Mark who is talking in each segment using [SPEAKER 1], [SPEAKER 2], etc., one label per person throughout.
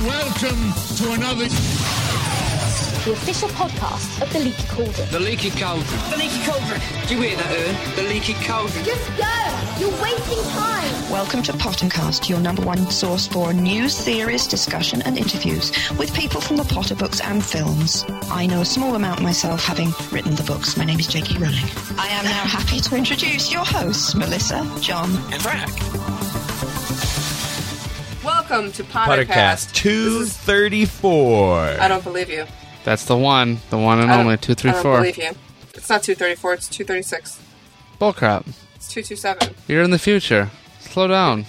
[SPEAKER 1] Welcome to another.
[SPEAKER 2] the official podcast of the Leaky Cauldron.
[SPEAKER 3] The leaky cauldron. The leaky cauldron. Do you hear that, Ern? The leaky cauldron.
[SPEAKER 4] Just go! You're wasting time!
[SPEAKER 5] Welcome to Pot and Cast, your number one source for news, theories, discussion, and interviews with people from the Potter books and films. I know a small amount myself, having written the books. My name is Jakey Rowling. I am now happy to introduce your hosts, Melissa, John.
[SPEAKER 6] Welcome to Podcast
[SPEAKER 7] Podcast 234.
[SPEAKER 6] I don't believe you.
[SPEAKER 8] That's the one, the one and
[SPEAKER 6] I
[SPEAKER 8] only.
[SPEAKER 6] don't-
[SPEAKER 8] Two, three,
[SPEAKER 6] I don't
[SPEAKER 8] four.
[SPEAKER 6] believe you. It's not 234, it's 236.
[SPEAKER 8] Bullcrap.
[SPEAKER 6] It's 227.
[SPEAKER 8] You're in the future. Slow down.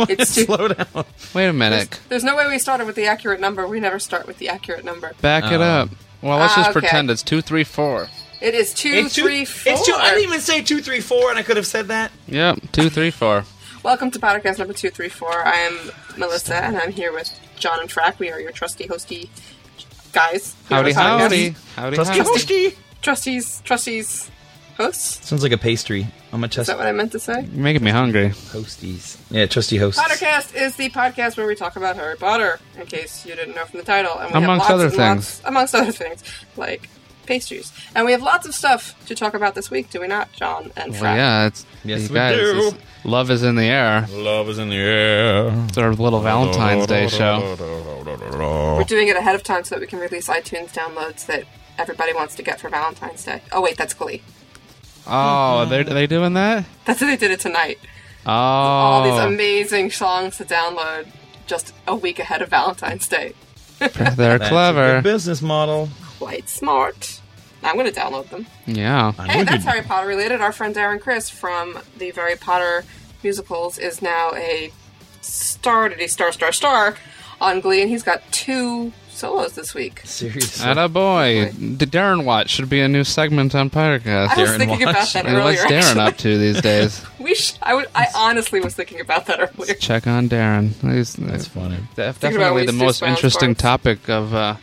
[SPEAKER 6] It's two-
[SPEAKER 7] Slow down.
[SPEAKER 8] Wait a minute.
[SPEAKER 6] There's no way we started with the accurate number. We never start with the accurate number.
[SPEAKER 8] Back it
[SPEAKER 7] Oh.
[SPEAKER 8] up. Well, let's
[SPEAKER 6] Ah,
[SPEAKER 8] just
[SPEAKER 6] okay.
[SPEAKER 8] pretend it's two, three, four.
[SPEAKER 6] It is
[SPEAKER 7] It's two-
[SPEAKER 6] 234.
[SPEAKER 7] It's two. I didn't even say 234, and I could have said that.
[SPEAKER 8] Yep, two, three, four.
[SPEAKER 6] Welcome to Podcast number 234. I am Melissa, and I'm here with John and Frack. We are your trusty hosty guys. We
[SPEAKER 8] Howdy,
[SPEAKER 6] have a podcast.
[SPEAKER 8] howdy, howdy, howdy.
[SPEAKER 6] Trustees, trustees, hosts?
[SPEAKER 7] Sounds like a pastry. I'm a
[SPEAKER 6] Is
[SPEAKER 7] trusty
[SPEAKER 6] that what I meant to say?
[SPEAKER 8] You're making me hungry.
[SPEAKER 7] hosties. Yeah, trusty host.
[SPEAKER 6] Pottercast is the podcast where we talk about Harry Potter, in case you didn't know from the title. And we have
[SPEAKER 8] Amongst
[SPEAKER 6] lots
[SPEAKER 8] other
[SPEAKER 6] and
[SPEAKER 8] things.
[SPEAKER 6] Lots, amongst other things, like pastries. And we have lots of stuff to talk about this week, do we not, John and
[SPEAKER 8] Well,
[SPEAKER 6] Fred?
[SPEAKER 8] yeah, it's
[SPEAKER 7] Yes,
[SPEAKER 8] you
[SPEAKER 7] we
[SPEAKER 8] guys,
[SPEAKER 7] do.
[SPEAKER 8] it's- love is in the air.
[SPEAKER 7] Love is in the air.
[SPEAKER 8] It's our little Valentine's Day show.
[SPEAKER 6] We're doing it ahead of time so that we can release iTunes downloads that everybody wants to get for Valentine's Day. Oh, wait, that's Glee.
[SPEAKER 8] Oh, they are they doing that?
[SPEAKER 6] That's what they did it tonight.
[SPEAKER 8] Oh,
[SPEAKER 6] All these amazing songs to download just a week ahead of Valentine's Day.
[SPEAKER 8] they're
[SPEAKER 7] That's a good
[SPEAKER 8] clever.
[SPEAKER 7] business model.
[SPEAKER 6] Quite smart. I'm going to download them.
[SPEAKER 8] Yeah.
[SPEAKER 7] I
[SPEAKER 6] Hey,
[SPEAKER 7] wondered-
[SPEAKER 6] that's Harry Potter related. Our friend Darren Chris from the Harry Potter musicals is now a star, did he star, star, star on Glee, and he's got two solos this week.
[SPEAKER 7] Seriously.
[SPEAKER 8] Atta boy. The Darren Watch should be a new segment on Podcast.
[SPEAKER 6] I was
[SPEAKER 7] Darren
[SPEAKER 6] thinking
[SPEAKER 7] Watch.
[SPEAKER 6] about that
[SPEAKER 8] And
[SPEAKER 6] earlier.
[SPEAKER 8] what's Darren
[SPEAKER 6] actually.
[SPEAKER 8] up to these days?
[SPEAKER 6] We sh- I, would, I honestly was thinking about that earlier.
[SPEAKER 8] Check on Darren. He's uh,
[SPEAKER 7] That's funny.
[SPEAKER 8] def-
[SPEAKER 6] Think about
[SPEAKER 8] definitely
[SPEAKER 6] ways
[SPEAKER 8] the
[SPEAKER 6] to
[SPEAKER 8] most
[SPEAKER 6] expand
[SPEAKER 8] interesting
[SPEAKER 6] sports.
[SPEAKER 8] topic of uh,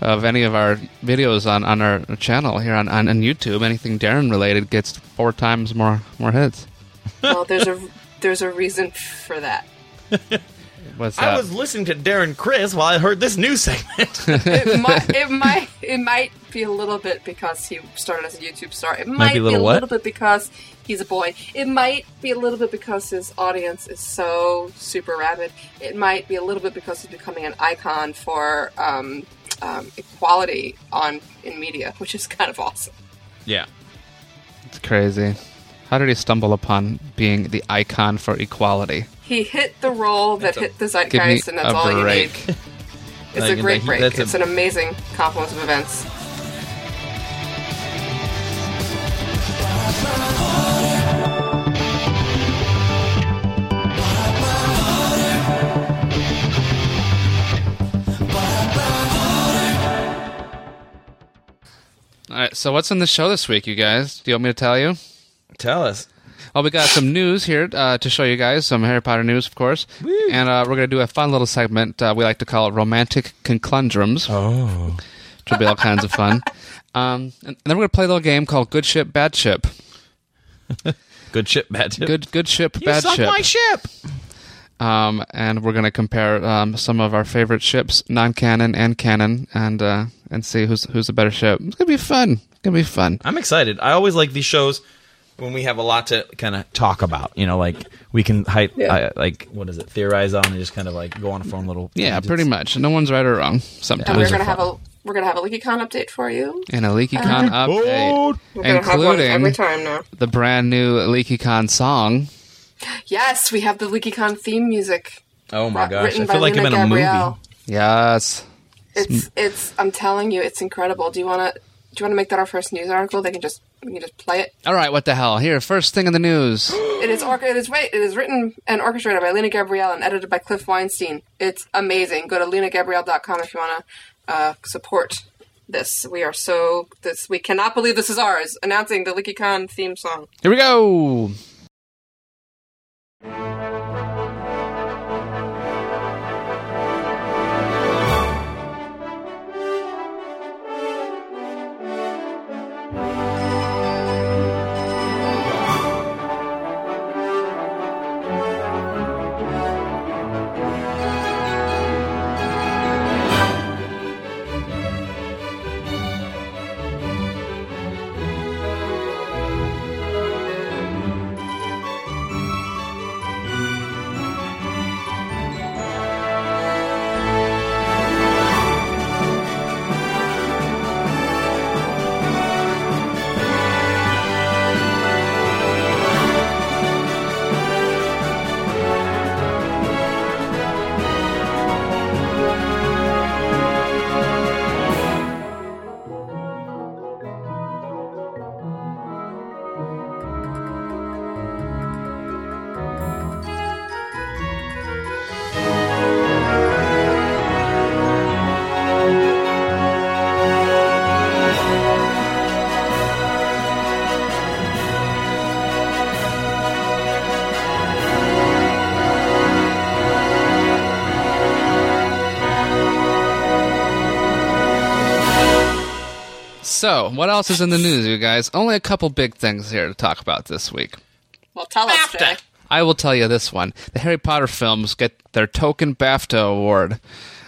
[SPEAKER 8] of any of our videos on, on our channel here on, on, on YouTube. Anything Darren related gets four times more more hits.
[SPEAKER 6] well, there's a there's a reason for that.
[SPEAKER 8] What's
[SPEAKER 7] I
[SPEAKER 8] that?
[SPEAKER 7] was listening to Darren Chris while I heard this new segment.
[SPEAKER 6] It might it might it might be a little bit because he started as a YouTube star. It might,
[SPEAKER 7] be a little what?
[SPEAKER 6] little bit because he's a boy. It might be a little bit because his audience is so super rabid. It might be a little bit because he's becoming an icon for um, um, equality on in media, which is kind of awesome.
[SPEAKER 7] yeah.
[SPEAKER 8] It's crazy. How did he stumble upon being the icon for equality?
[SPEAKER 6] He hit the role that hit the
[SPEAKER 8] Give me
[SPEAKER 6] zeitgeist, and that's
[SPEAKER 8] a
[SPEAKER 6] all
[SPEAKER 8] break.
[SPEAKER 6] you need. It's
[SPEAKER 7] Like,
[SPEAKER 6] a great
[SPEAKER 7] like,
[SPEAKER 6] break.
[SPEAKER 7] that's a-
[SPEAKER 6] It's an amazing confluence of events.
[SPEAKER 8] All right. So what's in the show this week, you guys? Do you want me to tell you?
[SPEAKER 7] Tell us.
[SPEAKER 8] Well, Oh, we got some news here uh, to show you guys, some Harry Potter news, of course. And uh, we're going to do a fun little segment uh, we like to call Romantic Conclundrums. Oh. Which will be all kinds of fun. Um, and then we're going to play a little game called Good Ship, Bad Ship.
[SPEAKER 7] Good ship, bad ship.
[SPEAKER 8] Good good ship,
[SPEAKER 7] You
[SPEAKER 8] bad
[SPEAKER 7] sunk
[SPEAKER 8] ship.
[SPEAKER 7] my ship.
[SPEAKER 8] um, and we're going to compare um, some of our favorite ships, non-canon and canon, and uh, and see who's who's the better ship. It's going to be fun. It's going to be fun.
[SPEAKER 7] I'm excited. I always like these shows when we have a lot to kind of talk about. You know, like we can hype, I- like what is it, theorize on, and just kind of like go on a fun little.
[SPEAKER 8] Yeah,
[SPEAKER 7] tangents.
[SPEAKER 8] pretty much. No one's right or wrong.
[SPEAKER 6] And
[SPEAKER 8] Sometimes
[SPEAKER 6] we're gonna have a we're gonna have a LeakyCon update for you.
[SPEAKER 8] and a
[SPEAKER 1] Oh.
[SPEAKER 8] LeakyCon update,
[SPEAKER 6] We're gonna have one
[SPEAKER 8] including
[SPEAKER 6] every time now.
[SPEAKER 8] the brand new LeakyCon song.
[SPEAKER 6] Yes, we have the LeakyCon theme music.
[SPEAKER 7] Oh my
[SPEAKER 6] wri-
[SPEAKER 7] gosh,
[SPEAKER 6] written
[SPEAKER 7] I
[SPEAKER 6] by
[SPEAKER 7] feel like
[SPEAKER 6] Luna
[SPEAKER 7] I'm in a
[SPEAKER 6] Gabrielle.
[SPEAKER 8] Yes.
[SPEAKER 6] It's it's. I'm telling you, it's incredible. Do you wanna do you wanna make that our first news article? They can just we can just play it.
[SPEAKER 8] All right, what the hell? Here, first thing in the news.
[SPEAKER 6] It is orc- it is wait it is written and orchestrated by Lena Gabrielle and edited by Cliff Weinstein. It's amazing. Go to lenagabrielle.com if you wanna uh, support this. We are so this we cannot believe this is ours. Announcing the LeakyCon theme song.
[SPEAKER 8] Here we go.
[SPEAKER 7] movie.
[SPEAKER 8] So, what else is in the news, you guys? Only a couple big things here to talk about this week.
[SPEAKER 6] Well, tell us, Jay.
[SPEAKER 8] I will tell you this one: the Harry Potter films get their token BAFTA award,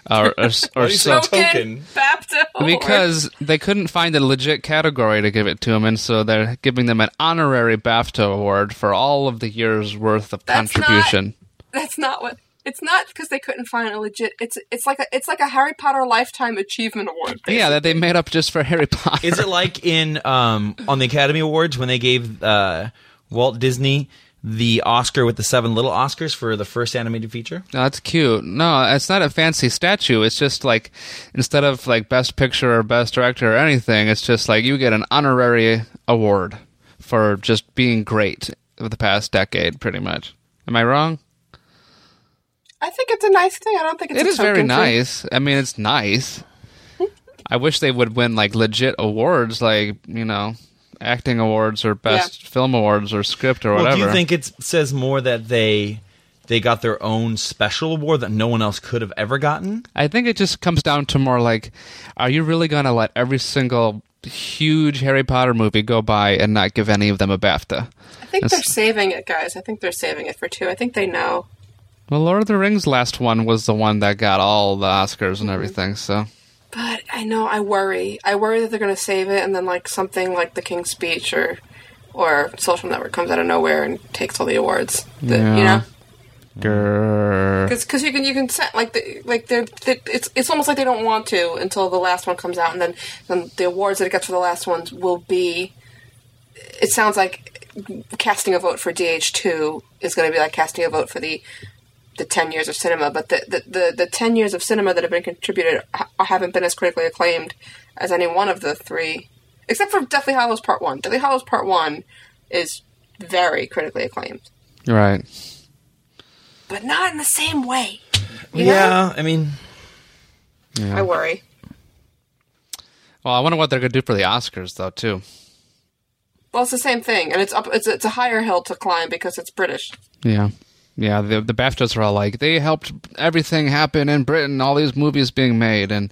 [SPEAKER 8] Uh, or, or, or
[SPEAKER 7] you
[SPEAKER 8] so.
[SPEAKER 7] say? Token.
[SPEAKER 6] Bapto.
[SPEAKER 8] Because they couldn't find a legit category to give it to them, and so they're giving them an honorary BAFTA award for all of the year's worth of
[SPEAKER 6] That's not-
[SPEAKER 8] contribution.
[SPEAKER 6] that's not what. It's not because they couldn't find a legit. It's it's like a it's like a Harry Potter Lifetime Achievement Award.
[SPEAKER 8] yeah, that they made up just for Harry Potter.
[SPEAKER 7] Is it like in um, on the Academy Awards when they gave uh, Walt Disney the Oscar with the seven little Oscars for the first animated feature?
[SPEAKER 8] No, that's cute. No, it's not a fancy statue. It's just like instead of like best picture or best director or anything, it's just like you get an honorary award for just being great of the past decade, pretty much. Am I wrong?
[SPEAKER 6] I think it's a nice thing. I don't think it's
[SPEAKER 8] It
[SPEAKER 6] a
[SPEAKER 8] is very
[SPEAKER 6] token thing.
[SPEAKER 8] nice. I mean, it's nice. I wish they would win like legit awards, like you know, acting awards or best film awards or script or
[SPEAKER 7] Well,
[SPEAKER 8] whatever.
[SPEAKER 7] do you think it says more that they they got their own special award that no one else could have ever gotten?
[SPEAKER 8] I think it just comes down to more like, are you really going to let every single huge Harry Potter movie go by and not give any of them a BAFTA?
[SPEAKER 6] I think they're
[SPEAKER 8] That's-
[SPEAKER 6] saving it, guys. I think they're saving it for two. I think they know.
[SPEAKER 8] Well, Lord of the Rings last one was the one that got all the Oscars and everything, so
[SPEAKER 6] But I know I worry. I worry that they're going to save it, and then like something like The King's Speech or or Social Network comes out of nowhere and takes all the awards. That, You know,
[SPEAKER 8] Yeah. grr.
[SPEAKER 6] because you can you can set like the, like they're, they it's it's almost like they don't want to until the last one comes out, and then then the awards that it gets for the last ones will be. It sounds like casting a vote for DH two is going to be like casting a vote for the the 10 years of cinema, but the, the, the, the 10 years of cinema that have been contributed ha- haven't been as critically acclaimed as any one of the three, except for Deathly Hollows Part 1. Deathly Hollows Part 1 is very critically acclaimed,
[SPEAKER 8] right?
[SPEAKER 6] but not in the same way.
[SPEAKER 7] Yeah, I mean,
[SPEAKER 6] I worry.
[SPEAKER 8] Well, I wonder what they're going to do for the Oscars though, too.
[SPEAKER 6] Well, it's the same thing, and it's up. It's, it's a higher hill to climb because it's British.
[SPEAKER 8] Yeah. Yeah, the the BAFTAs are all like they helped everything happen in Britain, all these movies being made, and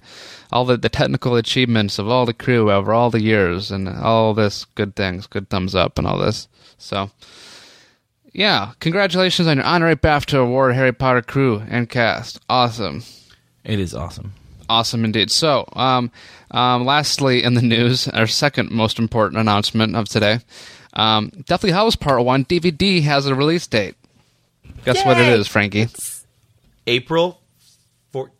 [SPEAKER 8] all the, the technical achievements of all the crew over all the years, and all this good things, good thumbs up, and all this. So, yeah, congratulations on your honorary BAFTA award, Harry Potter crew and cast. Awesome,
[SPEAKER 7] it is awesome.
[SPEAKER 8] awesome indeed. So, um, um, lastly in the news, our second most important announcement of today, um, Deathly Hallows Part One DVD has a release date. Guess what it is, Frankie?
[SPEAKER 7] April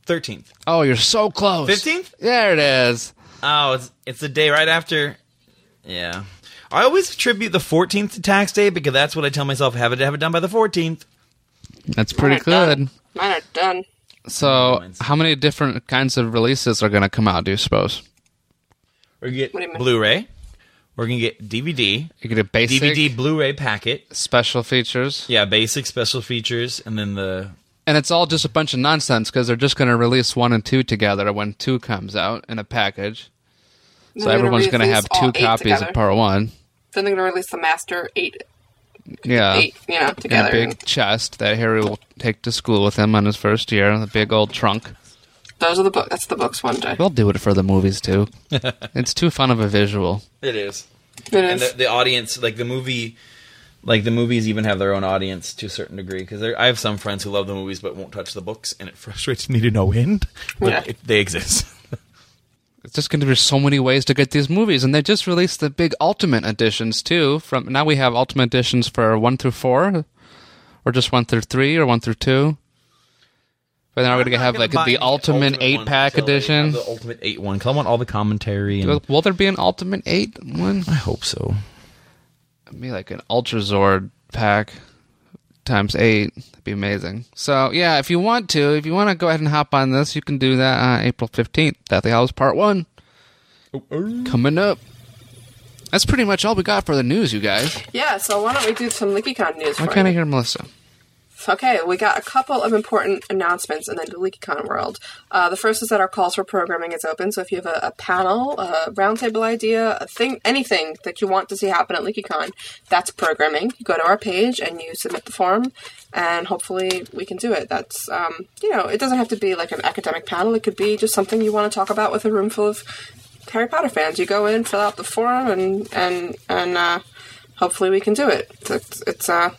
[SPEAKER 7] thirteenth,
[SPEAKER 8] Oh, you're so close.
[SPEAKER 7] fifteenth.
[SPEAKER 8] There it is.
[SPEAKER 7] Oh, it's it's the day right after. Yeah, I always attribute the fourteenth to tax day because that's what I tell myself. Have it have it done by the fourteenth.
[SPEAKER 8] That's pretty
[SPEAKER 6] Done.
[SPEAKER 8] good.
[SPEAKER 6] Mine are done.
[SPEAKER 8] So, how many different kinds of releases are going to come out? Do you suppose
[SPEAKER 7] We're gonna
[SPEAKER 6] What do you
[SPEAKER 7] get
[SPEAKER 6] mean?
[SPEAKER 7] Blu-ray. We're gonna get DVD,
[SPEAKER 8] you get a basic
[SPEAKER 7] DVD Blu-ray packet.
[SPEAKER 8] special features,
[SPEAKER 7] Yeah, basic special features, and then the
[SPEAKER 8] and it's all just a bunch of nonsense because they're just going to release one and two together when two comes out in a package.
[SPEAKER 6] They're
[SPEAKER 8] So
[SPEAKER 6] gonna
[SPEAKER 8] everyone's going to
[SPEAKER 6] release
[SPEAKER 8] have
[SPEAKER 6] all
[SPEAKER 8] two
[SPEAKER 6] eight
[SPEAKER 8] copies
[SPEAKER 6] together.
[SPEAKER 8] of part one.
[SPEAKER 6] Then they're going to release the Master Eight,
[SPEAKER 8] Yeah,
[SPEAKER 6] eight, you know,
[SPEAKER 8] in a
[SPEAKER 6] together.
[SPEAKER 8] big chest that Harry will take to school with him on his first year, the big old trunk.
[SPEAKER 6] Those are the book. That's the books one day.
[SPEAKER 8] We'll do it for the movies too. it's too fun of a visual.
[SPEAKER 7] it is.
[SPEAKER 6] It
[SPEAKER 7] and
[SPEAKER 6] is.
[SPEAKER 7] the, the audience like the movie like the movies even have their own audience to a certain degree because i have some friends who love the movies but won't touch the books and it frustrates me to no end but
[SPEAKER 6] Yeah.
[SPEAKER 7] it- they exist
[SPEAKER 8] it's just going to be so many ways to get these movies, and they just released the big Ultimate editions too. From now we have Ultimate editions for one through four, or just one through three, or one through two. But then we're going to have like the Ultimate Eight Pack edition.
[SPEAKER 7] the ultimate eight one because i want all the commentary and
[SPEAKER 8] Will, will there be an Ultimate Eight one?
[SPEAKER 7] i hope so
[SPEAKER 8] It'd be like an Ultra Zord pack times eight. That'd be amazing. So yeah, if you want to, if you want to go ahead and hop on this, you can do that on April fifteenth. Deathly Hallows Part One coming up. That's pretty much all we got for the news, you guys.
[SPEAKER 6] yeah. So why don't we do some LeakyCon news?
[SPEAKER 8] Why
[SPEAKER 6] for
[SPEAKER 8] can't I
[SPEAKER 6] you?
[SPEAKER 8] hear Melissa?
[SPEAKER 6] Okay, we got a couple of important announcements and then the LeakyCon world. Uh, the first is that our calls for programming is open, so if you have a, a panel, a roundtable idea, a thing, anything that you want to see happen at LeakyCon, that's programming. You go to our page and you submit the form, and hopefully we can do it. That's, um, you know, it doesn't have to be like an academic panel, it could be just something you want to talk about with a room full of Harry Potter fans. You go in, fill out the form, and and and uh, hopefully we can do it. It's, it's uh,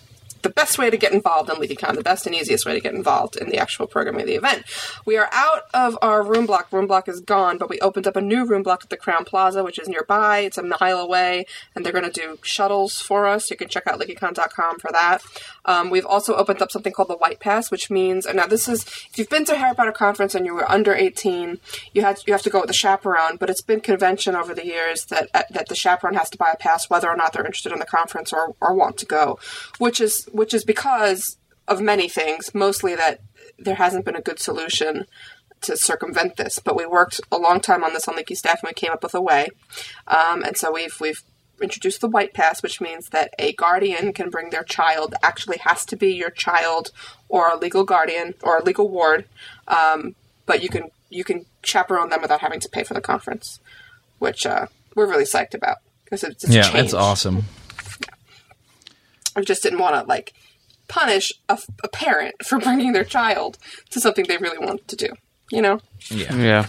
[SPEAKER 6] the best way to get involved in LeakyCon, the best and easiest way to get involved in the actual programming of the event. We are out of our room block. Room block is gone, but we opened up a new room block at the Crown Plaza, which is nearby. It's a mile away, and they're going to do shuttles for us. You can check out LeakyCon.com for that. Um, we've also opened up something called the White Pass, which means and now this is if you've been to a Harry Potter conference and you were under eighteen, you had you have to go with a chaperone. But it's been convention over the years that uh, that the chaperone has to buy a pass whether or not they're interested in the conference or, or want to go, which is which is because of many things, mostly that there hasn't been a good solution to circumvent this. But we worked a long time on this on Leaky staff and we came up with a way. Um, and so we've we've introduced the white pass, which means that a guardian can bring their child. Actually, has to be your child or a legal guardian or a legal ward. Um, but you can you can chaperone them without having to pay for the conference, which uh, we're really psyched about because it's, it's a
[SPEAKER 7] yeah,
[SPEAKER 6] change.
[SPEAKER 7] that's awesome.
[SPEAKER 6] I just didn't want to like punish a, f- a parent for bringing their child to something they really wanted to do. You know.
[SPEAKER 7] Yeah.
[SPEAKER 8] Yeah.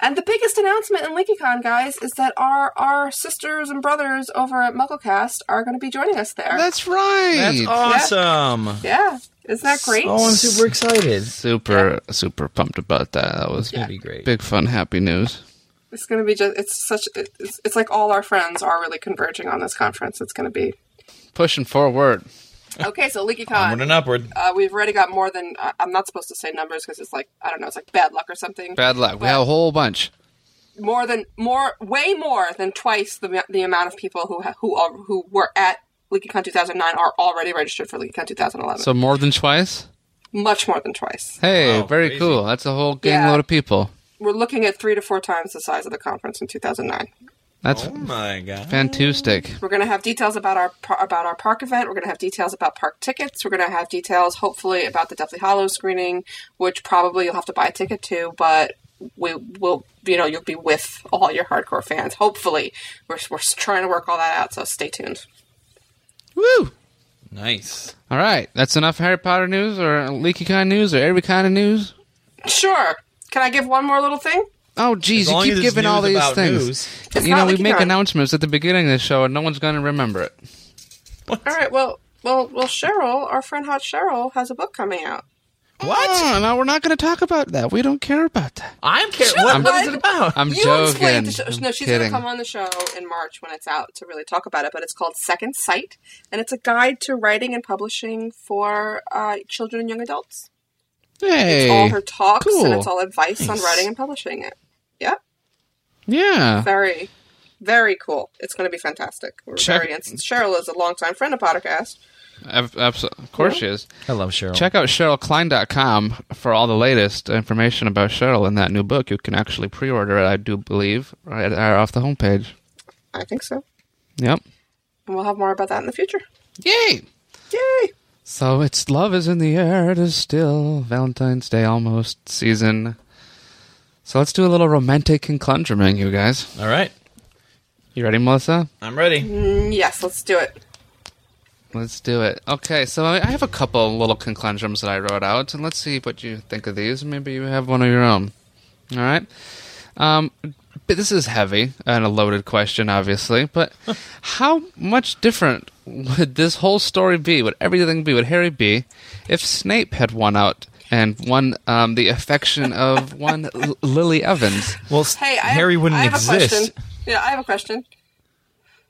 [SPEAKER 6] And the biggest announcement in LinkyCon, guys, is that our our sisters and brothers over at MuggleCast are going to be joining us there.
[SPEAKER 8] That's right.
[SPEAKER 7] That's awesome.
[SPEAKER 6] yeah, isn't that great?
[SPEAKER 7] Oh, I'm super excited.
[SPEAKER 8] Super, super pumped about that. That was
[SPEAKER 7] That'd be great.
[SPEAKER 8] big fun, happy news.
[SPEAKER 6] It's going to be just it's such it's, it's like all our friends are really converging on this conference. It's going to be
[SPEAKER 8] Pushing forward.
[SPEAKER 6] okay. So
[SPEAKER 7] Onward
[SPEAKER 6] LinkyCon.
[SPEAKER 7] and upward.
[SPEAKER 6] Uh, we've already got more than I I'm not supposed to say numbers because it's like I don't know, it's like bad luck or something.
[SPEAKER 8] Bad luck. We have a whole bunch.
[SPEAKER 6] more than more way more than twice the, the amount of people who ha- who are, who were at LeakyCon 2009 are already registered for LeakyCon 2011.
[SPEAKER 8] So more than twice.
[SPEAKER 6] much more than twice.
[SPEAKER 8] Hey,
[SPEAKER 7] Wow,
[SPEAKER 8] very
[SPEAKER 7] crazy.
[SPEAKER 8] cool. That's a whole gang
[SPEAKER 6] Yeah.
[SPEAKER 8] load of people.
[SPEAKER 6] We're looking at three to four times the size of the conference in 2009.
[SPEAKER 8] That's
[SPEAKER 7] Oh my god.
[SPEAKER 8] fantastic.
[SPEAKER 6] We're going to have details about our par- about our park event. We're going to have details about park tickets. We're going to have details, hopefully, about the Deathly Hollow screening, which probably you'll have to buy a ticket to, but we will, you know, you'll be with all your hardcore fans. Hopefully, we're we're trying to work all that out. So stay tuned.
[SPEAKER 8] Woo!
[SPEAKER 7] Nice.
[SPEAKER 8] All right, that's enough Harry Potter news, or leaky kind of news, or every kind of news.
[SPEAKER 6] Sure. Can I give one more little thing?
[SPEAKER 8] Oh, geez,
[SPEAKER 7] As
[SPEAKER 8] you
[SPEAKER 7] long
[SPEAKER 8] keep
[SPEAKER 7] as it's
[SPEAKER 8] giving
[SPEAKER 7] news
[SPEAKER 8] all these
[SPEAKER 7] about
[SPEAKER 8] things.
[SPEAKER 7] news.
[SPEAKER 6] It's
[SPEAKER 8] you know,
[SPEAKER 6] not
[SPEAKER 8] we
[SPEAKER 6] leaky
[SPEAKER 8] make
[SPEAKER 6] kind.
[SPEAKER 8] announcements at the beginning of the show, and no one's going to remember it.
[SPEAKER 6] All right. Well, well, well. Cheryl, our friend Hot Cheryl, has a book coming out.
[SPEAKER 7] What?
[SPEAKER 8] Oh, no, we're not going to talk about that. We don't care about that.
[SPEAKER 7] I'm care- what,
[SPEAKER 6] I'm-
[SPEAKER 7] what is it about?
[SPEAKER 8] I'm
[SPEAKER 6] you
[SPEAKER 8] joking.
[SPEAKER 6] explained the show.
[SPEAKER 8] I'm
[SPEAKER 6] no, she's
[SPEAKER 8] kidding.
[SPEAKER 6] going to come on the show in March when it's out to really talk about it. But it's called Second Sight, and it's a guide to writing and publishing for uh, children and young adults.
[SPEAKER 8] Hey,
[SPEAKER 6] It's all her talks, and
[SPEAKER 8] cool.
[SPEAKER 6] it's all advice on writing and publishing it. Yep.
[SPEAKER 8] yeah.
[SPEAKER 6] Very, very cool. It's going to be fantastic. We're
[SPEAKER 8] Check-
[SPEAKER 6] very instant. Cheryl is a longtime friend of podcast.
[SPEAKER 8] Ab- abso- of course she is.
[SPEAKER 7] I love Cheryl.
[SPEAKER 8] Check out CherylKlein.com for all the latest information about Cheryl in that new book. You can actually pre-order it, I do believe, right there off the homepage.
[SPEAKER 6] I think so.
[SPEAKER 8] Yep.
[SPEAKER 6] And we'll have more about that in the future.
[SPEAKER 8] Yay!
[SPEAKER 6] Yay!
[SPEAKER 8] So it's love is in the air. It is still Valentine's Day almost season. So let's do a little romantic conglundruming, you guys.
[SPEAKER 7] All right.
[SPEAKER 8] You ready, Melissa?
[SPEAKER 7] I'm ready.
[SPEAKER 8] Mm.
[SPEAKER 6] Mm, Yes, let's do it.
[SPEAKER 8] Let's do it. Okay, so I I have a couple little conglundrums that I wrote out, and let's see what you think of these. Maybe you have one of your own. All right. Um, but this is heavy and a loaded question, obviously. But how much different would this whole story be? Would everything be? Would Harry be if Snape had won out and won um, the affection of one L- Lily Evans?
[SPEAKER 7] Well, s-
[SPEAKER 6] Hey, I
[SPEAKER 7] Harry
[SPEAKER 6] have,
[SPEAKER 7] wouldn't
[SPEAKER 6] I have
[SPEAKER 7] exist.
[SPEAKER 6] A question. Yeah, I have a question.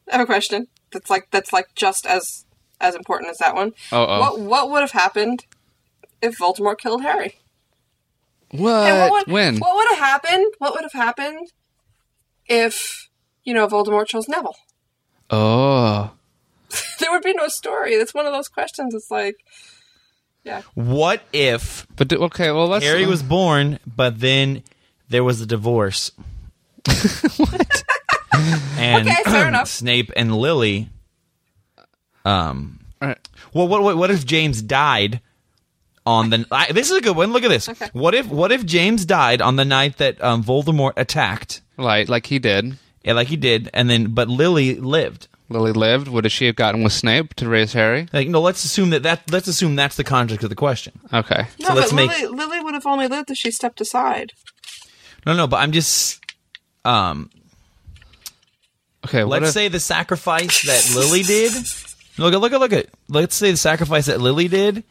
[SPEAKER 6] I have a question that's like that's like just as as important as that one.
[SPEAKER 8] Uh-oh.
[SPEAKER 6] What what would have happened if Voldemort killed Harry?
[SPEAKER 8] What?
[SPEAKER 6] And what would,
[SPEAKER 8] when?
[SPEAKER 6] What would have happened? What would have happened if you know Voldemort chose Neville?
[SPEAKER 8] Oh,
[SPEAKER 6] There would be no story. That's one of those questions. It's like, yeah,
[SPEAKER 7] What if
[SPEAKER 8] but do, okay. Well, let's. um,
[SPEAKER 7] Harry was born, but then there was a divorce?
[SPEAKER 8] what?
[SPEAKER 7] And
[SPEAKER 6] Okay, fair enough.
[SPEAKER 7] Snape and Lily. Um.
[SPEAKER 8] All right.
[SPEAKER 7] Well, what, what what if James died on the? I, this is a good one. Look at this. What if what if James died on the night that um, Voldemort attacked?
[SPEAKER 8] Like, like he did.
[SPEAKER 7] Yeah, like he did, and then but Lily lived.
[SPEAKER 8] Lily lived, would she have gotten with Snape to raise Harry?
[SPEAKER 7] Like no, let's assume that that let's assume that's the context of the question.
[SPEAKER 8] Okay.
[SPEAKER 6] no.
[SPEAKER 7] So let's
[SPEAKER 6] but
[SPEAKER 7] make-
[SPEAKER 6] Lily, Lily would have only lived if she stepped aside.
[SPEAKER 7] No, no, but I'm just um
[SPEAKER 8] Okay, what
[SPEAKER 1] Let's
[SPEAKER 8] if-
[SPEAKER 1] say the sacrifice that Lily did. Look at look at look at. Let's say the sacrifice that Lily did,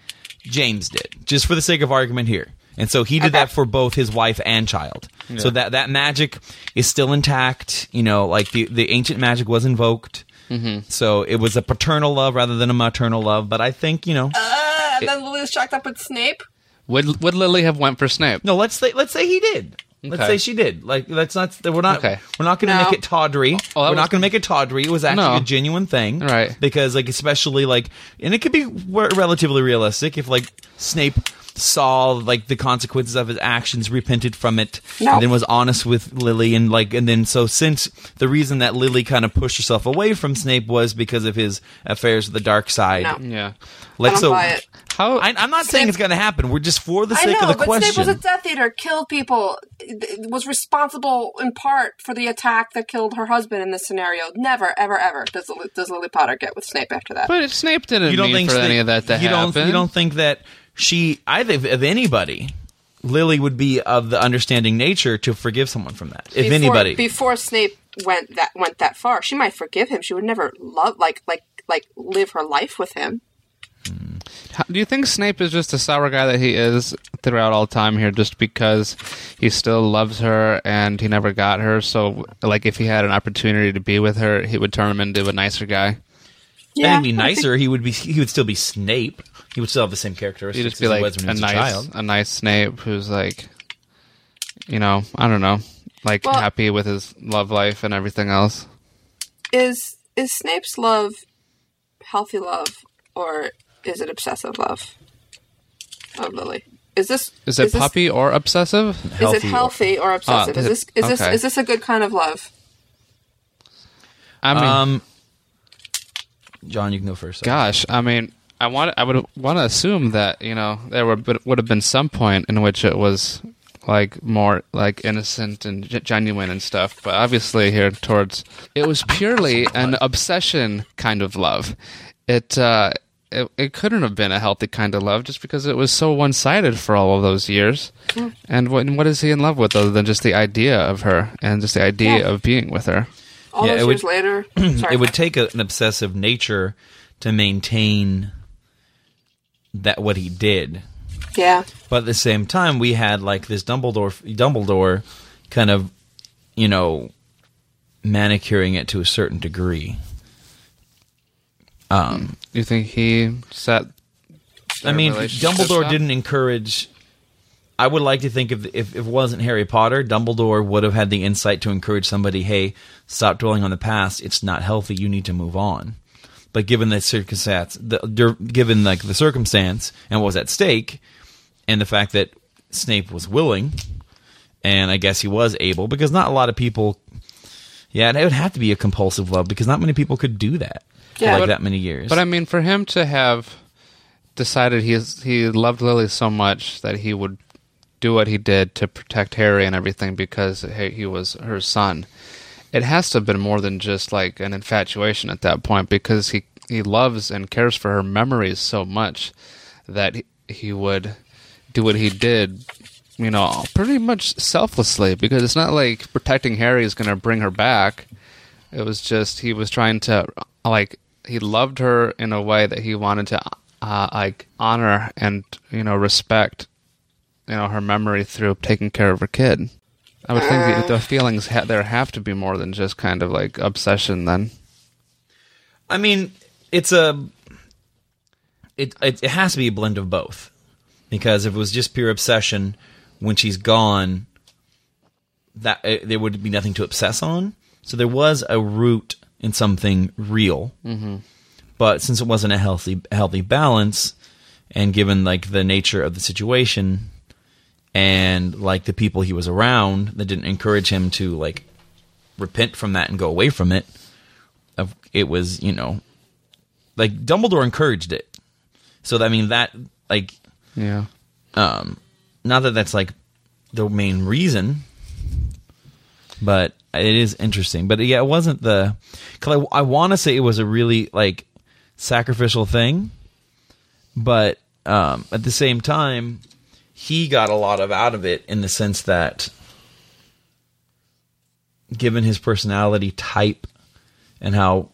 [SPEAKER 1] James did, just for the sake of argument here. And so he did that for both his wife and child. So that that magic is still intact. You know, like the the ancient magic was invoked.
[SPEAKER 8] Mm-hmm.
[SPEAKER 1] So it was a paternal love rather than a maternal love. But I think you know.
[SPEAKER 6] And then Lily's shocked up with Snape.
[SPEAKER 8] would would Lily have went for Snape?
[SPEAKER 1] No, let's say let's say he did. Let's
[SPEAKER 8] Okay.
[SPEAKER 1] say she did. Like let's not. We're not.
[SPEAKER 8] Okay.
[SPEAKER 1] We're not going to
[SPEAKER 6] No.
[SPEAKER 1] make it tawdry.
[SPEAKER 8] Oh, that
[SPEAKER 1] we're
[SPEAKER 8] was-
[SPEAKER 1] not going to make it tawdry. It was actually
[SPEAKER 8] No.
[SPEAKER 1] a genuine thing,
[SPEAKER 8] Right.
[SPEAKER 1] Because like especially like, and it could be re- relatively realistic if like Snape saw like the consequences of his actions, repented from it,
[SPEAKER 6] No.
[SPEAKER 1] and then was honest with Lily, and like, and then so since the reason that Lily kind of pushed herself away from Snape was because of his affairs with the dark side.
[SPEAKER 6] No.
[SPEAKER 8] Yeah.
[SPEAKER 6] I
[SPEAKER 1] Let's
[SPEAKER 6] don't
[SPEAKER 1] so.
[SPEAKER 6] buy it.
[SPEAKER 8] How?
[SPEAKER 1] I, I'm not saying
[SPEAKER 6] Snape-
[SPEAKER 1] it's going to happen. We're just for the
[SPEAKER 6] I
[SPEAKER 1] sake
[SPEAKER 6] know,
[SPEAKER 1] of the
[SPEAKER 6] but
[SPEAKER 1] question.
[SPEAKER 6] Snape was a Death Eater, killed people, it- it was responsible in part for the attack that killed her husband in this scenario. Never, ever, ever does Lily- does Lily Potter get with Snape after that.
[SPEAKER 8] but Snape didn't
[SPEAKER 1] you don't
[SPEAKER 8] mean
[SPEAKER 1] think
[SPEAKER 8] for
[SPEAKER 1] Snape-
[SPEAKER 8] any of that to
[SPEAKER 1] you
[SPEAKER 8] happen.
[SPEAKER 1] Don't, you don't think that she, either of anybody, Lily would be of the understanding nature to forgive someone from that. if
[SPEAKER 6] before,
[SPEAKER 1] anybody,
[SPEAKER 6] before Snape went that went that far, she might forgive him. She would never love like like like live her life with him.
[SPEAKER 8] How- do you think Snape is just the sour guy that he is throughout all time here, just because he still loves her and he never got her? So, like, if he had an opportunity to be with her, he would turn him into a nicer guy.
[SPEAKER 1] that'd be
[SPEAKER 6] I
[SPEAKER 1] nicer. He would be. He would still be Snape. He would still have the same
[SPEAKER 8] He'd
[SPEAKER 1] characteristics
[SPEAKER 8] just be
[SPEAKER 1] as he
[SPEAKER 8] like
[SPEAKER 1] was when he
[SPEAKER 8] a
[SPEAKER 1] was
[SPEAKER 8] nice,
[SPEAKER 1] a child.
[SPEAKER 8] a nice Snape who's like, you know, I don't know, like
[SPEAKER 6] Well-
[SPEAKER 8] happy with his love life and everything else.
[SPEAKER 6] Is is Snape's love healthy love or is it obsessive love of Lily? Is this
[SPEAKER 8] Is it
[SPEAKER 6] this-
[SPEAKER 8] puppy or obsessive?
[SPEAKER 6] Is it
[SPEAKER 1] Healthy or-
[SPEAKER 6] healthy or obsessive?
[SPEAKER 8] Ah,
[SPEAKER 6] is this is this
[SPEAKER 8] okay.
[SPEAKER 6] is this a good kind of love?
[SPEAKER 8] I mean,
[SPEAKER 1] Um, John, you can go first.
[SPEAKER 8] gosh, I mean, I want I would want to assume that you know there would would have been some point in which it was like more like innocent and ge- genuine and stuff, but obviously here towards it was purely an obsession kind of love. It uh, it it couldn't have been a healthy kind of love just because it was so one sided for all of those years.
[SPEAKER 6] Mm.
[SPEAKER 8] And what what is he in love with other than just the idea of her and just the idea
[SPEAKER 6] Yeah.
[SPEAKER 8] of being with her?
[SPEAKER 6] All
[SPEAKER 1] Yeah,
[SPEAKER 6] those
[SPEAKER 1] it would-
[SPEAKER 6] years later, sorry,
[SPEAKER 1] It would take a, an obsessive nature to maintain that what he did.
[SPEAKER 6] yeah.
[SPEAKER 1] But at the same time, we had like this Dumbledore, Dumbledore, kind of, you know, manicuring it to a certain degree.
[SPEAKER 8] You think he set?
[SPEAKER 1] I mean,
[SPEAKER 8] relationship
[SPEAKER 1] Dumbledore
[SPEAKER 8] stuff?
[SPEAKER 1] didn't encourage. I would like to think if, if if it wasn't Harry Potter, Dumbledore would have had the insight to encourage somebody, "Hey, stop dwelling on the past. It's not healthy. You need to move on." But given the circumstance, the, dir- given like the circumstance and what was at stake, and the fact that Snape was willing, and I guess he was able because not a lot of people. Yeah, and it would have to be a compulsive love because not many people could do that for
[SPEAKER 6] Yeah.
[SPEAKER 1] like
[SPEAKER 6] But-
[SPEAKER 1] that many years.
[SPEAKER 8] But I mean, for him to have decided he is, he loved Lily so much that he would do what he did to protect Harry and everything because he he was her son, it has to have been more than just like an infatuation at that point because he he loves and cares for her memories so much that he- he would do what he did. You know, pretty much selflessly because it's not like protecting Harry is going to bring her back. It was just he was trying to like he loved her in a way that he wanted to uh, like honor and you know respect you know her memory through taking care of her kid. I would think the, the feelings ha- there have to be more than just kind of like obsession. Then
[SPEAKER 1] I mean, it's a it, it it has to be a blend of both because if it was just pure obsession, when she's gone, that it, there would be nothing to obsess on. So there was a root in something real, mm-hmm. but since it wasn't a healthy healthy balance, and given like the nature of the situation and like the people he was around that didn't encourage him to like repent from that and go away from it of it was you know like dumbledore encouraged it so i mean that like
[SPEAKER 8] yeah,
[SPEAKER 1] not that that's like the main reason but it is interesting but yeah it wasn't the because i, I want to say it was a really like sacrificial thing but um at the same time he got a lot of out of it in the sense that given his personality type and how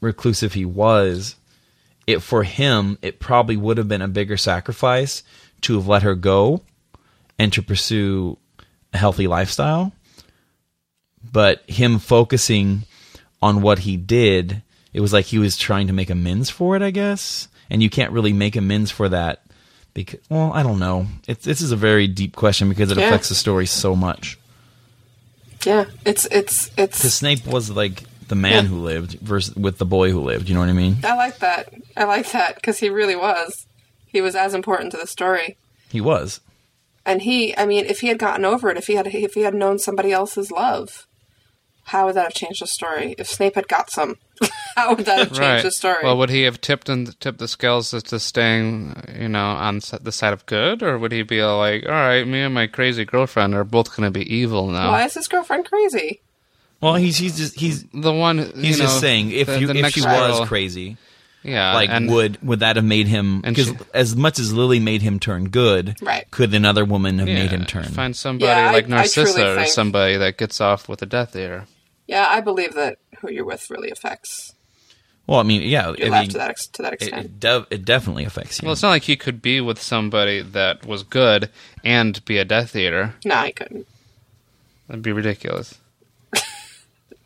[SPEAKER 1] reclusive he was, it for him it probably would have been a bigger sacrifice to have let her go and to pursue a healthy lifestyle. But him focusing on what he did, it was like he was trying to make amends for it, I guess. And you can't really make amends for that because well, I don't know. It's this is a very deep question because it
[SPEAKER 6] Yeah.
[SPEAKER 1] affects the story so much.
[SPEAKER 6] Yeah, it's it's it's.
[SPEAKER 1] Because Snape was like the man
[SPEAKER 6] Yeah.
[SPEAKER 1] who lived versus with the boy who lived. You know what I mean?
[SPEAKER 6] I like that. I like that because he really was. He was as important to the story.
[SPEAKER 1] He was.
[SPEAKER 6] And he, I mean, if he had gotten over it, if he had, if he had known somebody else's love, how would that have changed the story? If Snape had got some, how would that have changed
[SPEAKER 8] Right.
[SPEAKER 6] the story?
[SPEAKER 8] Well, would he have tipped and tipped the scales to- to staying, you know, on s- the side of good, or would he be like, "All right, me and my crazy girlfriend are both going to be evil now"?
[SPEAKER 6] Why is his girlfriend crazy?
[SPEAKER 1] Well, he's he's just he's
[SPEAKER 8] The one
[SPEAKER 1] he's
[SPEAKER 8] you
[SPEAKER 1] just
[SPEAKER 8] know,
[SPEAKER 1] saying if
[SPEAKER 8] the-
[SPEAKER 1] you
[SPEAKER 8] the
[SPEAKER 1] if
[SPEAKER 8] next
[SPEAKER 1] she
[SPEAKER 8] girl-
[SPEAKER 1] was crazy,
[SPEAKER 8] yeah,
[SPEAKER 1] like
[SPEAKER 8] and
[SPEAKER 1] would would that have made him?
[SPEAKER 8] and
[SPEAKER 1] Because
[SPEAKER 8] she-
[SPEAKER 1] as much as Lily made him turn good,
[SPEAKER 6] Right.
[SPEAKER 1] Could another woman have
[SPEAKER 8] yeah,
[SPEAKER 1] made him turn?
[SPEAKER 8] Find somebody
[SPEAKER 6] Yeah, I-
[SPEAKER 8] like
[SPEAKER 6] I truly
[SPEAKER 8] Narcissa or
[SPEAKER 6] think-
[SPEAKER 8] somebody that gets off with a death ear.
[SPEAKER 6] Yeah, I believe that who you're with really affects
[SPEAKER 1] well, I mean, yeah,
[SPEAKER 6] your
[SPEAKER 1] I
[SPEAKER 6] life
[SPEAKER 1] mean,
[SPEAKER 6] to that ex- to that
[SPEAKER 1] it,
[SPEAKER 6] extent.
[SPEAKER 1] it, de- it definitely affects you.
[SPEAKER 8] Well, it's not like he could be with somebody that was good and be a death eater.
[SPEAKER 6] no, I couldn't.
[SPEAKER 8] That'd be ridiculous.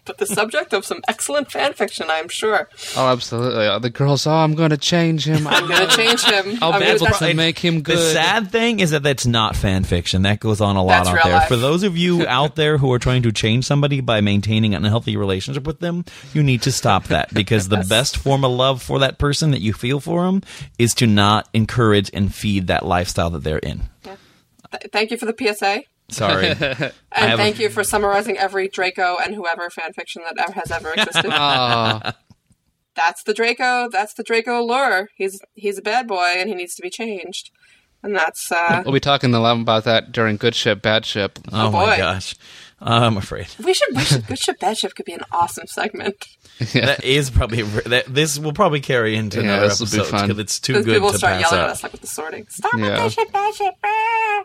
[SPEAKER 6] But the subject of some excellent fan fiction, I'm sure.
[SPEAKER 8] Oh, absolutely. Uh, The girls, oh, I'm going to change him.
[SPEAKER 6] I'm gonna change him.
[SPEAKER 8] I'll
[SPEAKER 6] I'm
[SPEAKER 8] be
[SPEAKER 6] gonna-
[SPEAKER 8] able
[SPEAKER 6] that's-
[SPEAKER 8] to make him good.
[SPEAKER 1] The sad thing is that that's not fan fiction. That goes on a lot
[SPEAKER 6] That's
[SPEAKER 1] out
[SPEAKER 6] real
[SPEAKER 1] there.
[SPEAKER 6] life.
[SPEAKER 1] For those of you out there who are trying to change somebody by maintaining an unhealthy relationship with them, you need to stop that because the best form of love for that person that you feel for them is to not encourage and feed that lifestyle that they're in.
[SPEAKER 6] th- thank you for the PSA.
[SPEAKER 1] Sorry. Oh,
[SPEAKER 6] And
[SPEAKER 1] have a-
[SPEAKER 6] thank you for summarizing every Draco and whoever fan fiction that ever has ever existed.
[SPEAKER 8] Oh,
[SPEAKER 6] that's the Draco. That's the Draco lore. He's he's a bad boy and he needs to be changed. And that's uh,
[SPEAKER 8] we'll be talking a lot about that during Good Ship, Bad Ship.
[SPEAKER 1] oh my
[SPEAKER 6] boy.
[SPEAKER 1] gosh. I'm afraid
[SPEAKER 6] we should we should good ship bad ship could be an awesome segment.
[SPEAKER 1] that is probably that, this will probably carry into
[SPEAKER 8] Yeah,
[SPEAKER 1] another
[SPEAKER 8] this will be
[SPEAKER 1] episode
[SPEAKER 8] fun.
[SPEAKER 1] because it's too
[SPEAKER 6] Because
[SPEAKER 1] good
[SPEAKER 6] people
[SPEAKER 1] to
[SPEAKER 6] start
[SPEAKER 1] pass
[SPEAKER 6] yelling at
[SPEAKER 1] up.
[SPEAKER 6] us like with the sorting. Stop with
[SPEAKER 8] Um, Yeah.
[SPEAKER 6] good ship bad ship. ah!